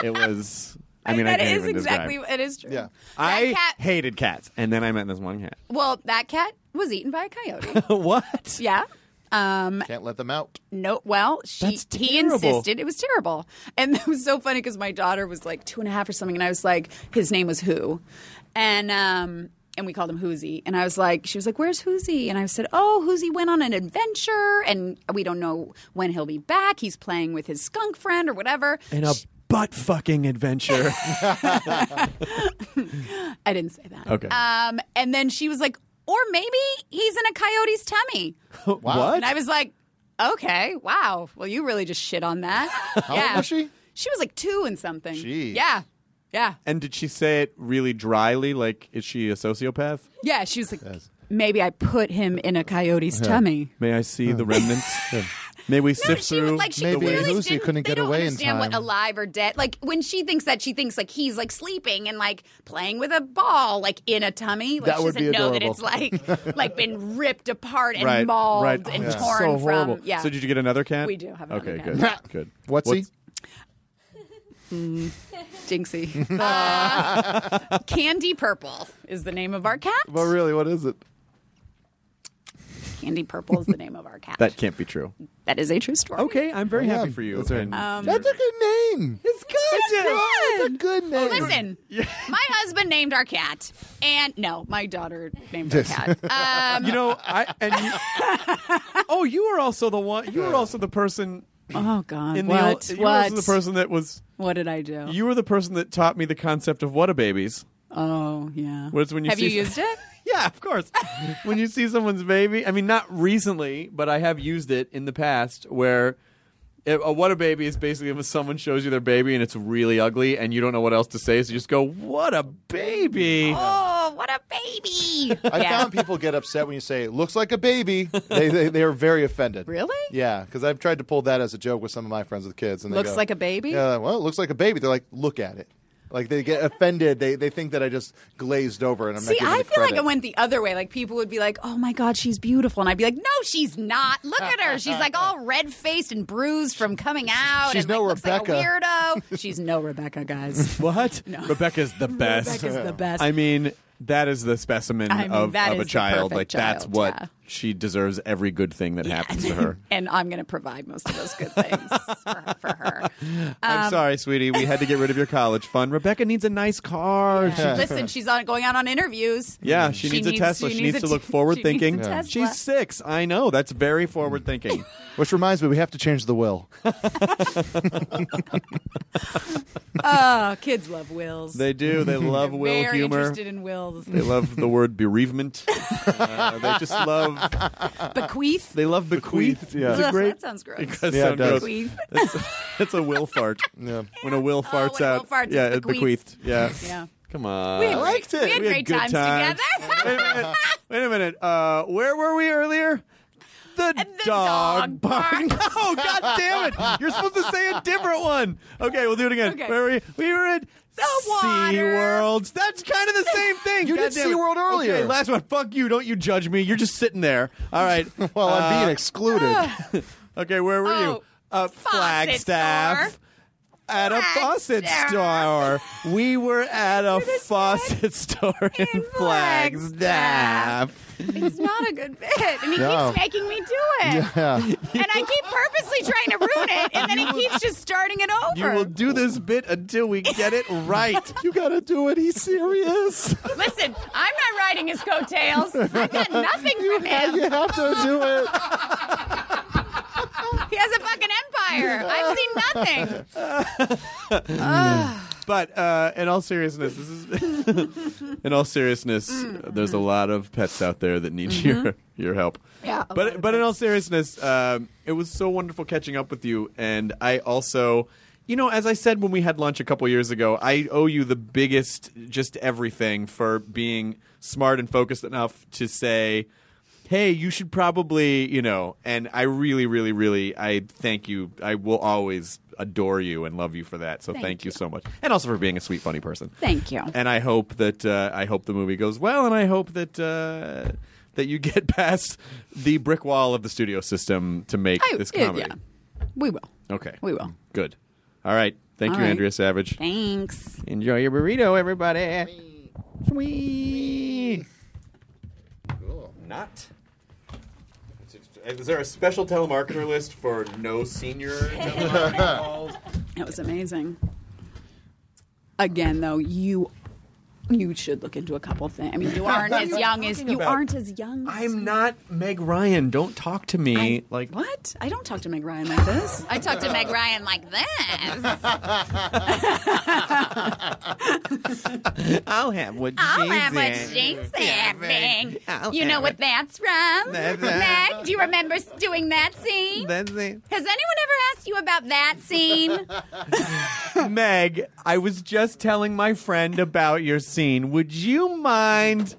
A: it was. I mean, I
H: that
A: can't
H: is
A: even
H: exactly
A: describe.
H: it is true. Yeah.
A: I
H: cat-
A: hated cats, and then I met this one cat.
H: Well, that cat was eaten by a coyote.
A: what?
H: yeah. Um,
I: Can't let them out.
H: no, well, she, he
I: terrible.
H: insisted it was terrible, and that was so funny because my daughter was like two and a half or something, and I was like, his name was Who, and um, and we called him Hoozy, and I was like, she was like, where's Hoozy, and I said, oh, Hoozy went on an adventure, and we don't know when he'll be back. He's playing with his skunk friend or whatever.
A: In a butt fucking adventure.
H: I didn't say that.
A: Okay.
H: Um, and then she was like, or maybe he's in a coyote's tummy.
A: What?
H: And I was like, okay, wow. Well, you really just shit on that.
A: How old
I: Oh,
A: was she?
H: She was like two and something.
A: Jeez.
H: Yeah. Yeah.
A: and did she say it really dryly? Like, is she a sociopath?
H: Yeah. She was like, maybe I put him in a coyote's
A: Yeah.
H: tummy.
A: May I see the remnants? May we sift
H: she
A: through?
H: would, like, she Maybe really Lucy didn't-
I: couldn't
H: they
I: get
H: don't
I: away in
H: understand
I: time.
H: what alive or dead. Like when she thinks that, she thinks like he's like sleeping and like playing with a ball like in a tummy. Like,
I: That
H: she
I: would
H: doesn't
I: be
H: know that
I: adorable.
H: it's like like been ripped apart and
A: right,
H: mauled
A: right.
H: and
A: Oh, that's
H: torn
A: so
H: from.
A: horrible.
H: Yeah.
A: So did you get another cat?
H: We do have another
A: okay,
H: cat.
A: good, good. What's he?
H: Mm, Jinxie. Uh, Candy Purple is the name of our cat.
I: But really, what is it?
H: Candy Purple is the name of our cat.
A: That can't be true.
H: that is a true story.
A: Okay, I'm very happy for you. and-
H: Um,
I: That's a good name.
A: It's good.
I: It's a good name.
H: Listen, my husband named our cat, and no, my daughter named our cat. Um,
A: you know, I and you, oh, you were also the one. You were also the person.
H: Oh God!
A: In
H: What?
A: The, you were also
H: What?
A: the person that was.
H: What did I do?
A: You were the person that taught me the concept of what a babies.
H: oh yeah.
A: Whereas when you
H: have
A: see
H: you used it?
A: yeah, of course. when you see someone's baby, I mean, not recently, but I have used it in the past where it, a what a baby is basically if someone shows you their baby and it's really ugly and you don't know what else to say, so you just go, "What a baby!"
H: Oh, what a baby!
I: I
H: yeah.
I: found people get upset when you say "looks like a baby." They they, they are very offended.
H: Really?
I: Yeah, because I've tried to pull that as a joke with some of my friends with kids, and they
H: Looks
I: go,
H: like a baby?
I: Yeah, well, it looks like a baby. They're like, look at it. Like they get offended. They they think that I just glazed over, and I'm
H: See,
I: not. giving
H: I
I: it
H: feel like
I: credit.
H: I went the other way. Like people would be like, "Oh my God, she's beautiful," and I'd be like, "No, she's not. Look at her. She's like all red faced and bruised from coming out.
I: She's
H: and,
I: no
H: like, looks like a
I: Rebecca."
H: weirdo. she's no Rebecca, guys.
A: What? Rebecca's the best.
H: Rebecca's the best.
A: I mean, that is the specimen
H: I mean,
A: of,
H: that
A: of
H: is
A: a
H: the
A: child. Like
H: perfect
A: that's
H: child,
A: what
H: yeah.
A: she deserves. Every good thing that happens to her.
H: and I'm going to provide most of those good things for her. For her.
A: I'm
H: Um,
A: sorry, sweetie. We had to get rid of your college fund. Rebecca needs a nice car.
H: She- Listen, she's on, going out on interviews.
A: Yeah, she, needs, a Tesla. She, needs,
H: a
A: to
H: t-
A: look forward
H: she needs
A: thinking.
H: a Tesla.
A: She's six. I know. That's very forward thinking.
I: Which reminds me, we have to change the will.
H: oh, kids love wills.
A: they do. They love
H: They're
A: will
H: very
A: humor.
H: Interested in wills.
A: They love the word bereavement. Uh, they just love
H: Bequeath?
A: They love bequeath. Yeah,
H: Ugh, that sounds gross.
A: It does
H: Yeah, it
A: sound
H: does.
A: gross.
H: Bequeath.
A: That's, that's a will fart. Yeah. When a will
H: Oh,
A: farts
H: when a will
A: out.
H: farts, it's
A: yeah, it
H: bequeathed.
A: bequeathed. Yeah.
H: Yeah.
A: Come on.
H: We had great- we had great
A: good
H: times together.
A: wait a minute. Wait a minute. Uh, where were we earlier? The, dog, barked. Oh God damn it! You're supposed to say a different one. Okay, we'll do it again.
H: Okay.
A: Where were we? We were at SeaWorld. That's kind of the same thing.
I: You
A: God
I: did
A: damn it.
I: SeaWorld earlier.
A: Okay, last one. Fuck you. Don't you judge me. You're just sitting there. All right.
I: Well, I'm
H: Uh,
I: being
A: excluded. okay, where were you?
I: Oh,
A: Uh, Flagstaff. At a faucet store. We were at a faucet store in Flagstaff.
H: It's not a good bit. And
A: he No. keeps
H: making me do it. And I keep purposely trying to ruin it, and then he keeps just starting it over.
A: You will do this bit until we get it right. you gotta do it. He's serious.
F: Listen, I'm not riding his coattails. I got nothing from him.
I: You have to do it.
F: He has a fucking empire. I've seen nothing.
A: but uh, in all seriousness, this is in all seriousness, there's a lot of pets out there that need your your help.
K: Yeah, a lot
A: But but in all seriousness, um, it was so wonderful catching up with you, and I also. You know, as I said when we had lunch a couple years ago, I owe you the biggest, just everything for being smart and focused enough to say, hey, you should probably, you know, and I really, really, really, I thank you. I will always adore you and love you for that. So
H: Thank
A: thank, you. so much. And also for being a sweet, funny person.
H: Thank you.
A: And I hope that, uh, I hope the movie goes well and I hope that, uh, that you get past the brick wall of the studio system to make
H: I-
A: this
H: yeah,
A: comedy.
H: We will.
A: Okay.
H: We will.
A: Good. All right. Thank
H: All
A: you,
H: right.
A: Andrea Savage.
H: Thanks.
A: Enjoy your burrito, everybody. Sweet. Not. Is there a special telemarketer list for no senior telemarketing calls?
H: That was amazing. Again, though, you you should look into a couple things. I mean, you aren't
A: What
H: as
A: are you
H: young as
A: talking
H: you
A: about?
H: aren't as young. As
A: I'm not Meg Ryan. Don't talk to me like
H: What? I don't talk to Meg Ryan like this.
F: I talked to Meg Ryan like this.
A: I'll have what
F: I'll have what
A: Jane's in.
F: she's having.
A: I'll
F: You know
A: have
F: what
A: it.
F: that's from?
A: That's-
F: Meg, do you remember s- doing that scene?
A: That's it.
F: Has anyone ever asked you about that scene?
A: Meg, I was just telling my friend about your scene. Would you mind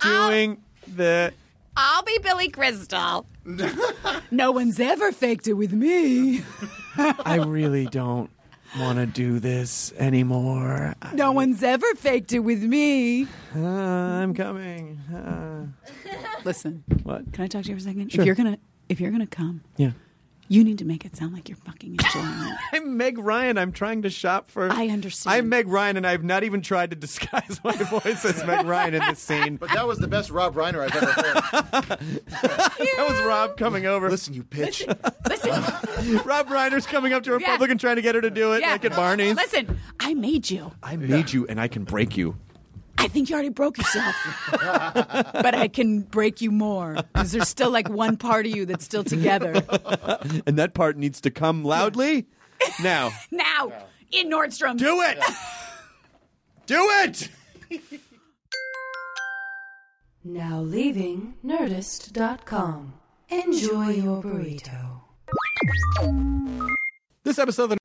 A: doing the
F: I'll be Billy Crystal.
H: No one's ever faked it with me.
A: I really don't want to do this anymore. Uh,
H: No one's ever faked it with me.
A: I'm coming. Uh."
H: Listen.
A: What?
H: Can I talk to you for a second?
A: Sure.
H: If you're gonna if you're gonna come,
A: Yeah.
H: you need to make it sound like you're fucking enjoying it.
A: I'm Meg Ryan. I'm trying to shop for. I understand. I'm Meg Ryan, and I've not even tried to disguise my voice as Meg Ryan in this scene.
G: But that was the best Rob Reiner I've ever heard.
A: That was Rob coming over. Listen, you bitch. Listen. Rob Reiner's coming up to a
H: Yeah.
A: Republican trying to get her to do it,
H: Yeah.
A: like at Barney's.
H: Listen, I made you.
A: I made you, and I can break you.
H: I think you already broke yourself. but I can break you more because there's still like one part of you that's still together.
A: and that part needs to come loudly now.
H: Now, in Nordstrom.
A: Do it! Do it!
D: Now leaving Nerdist.com. Enjoy your burrito.
A: This episode of the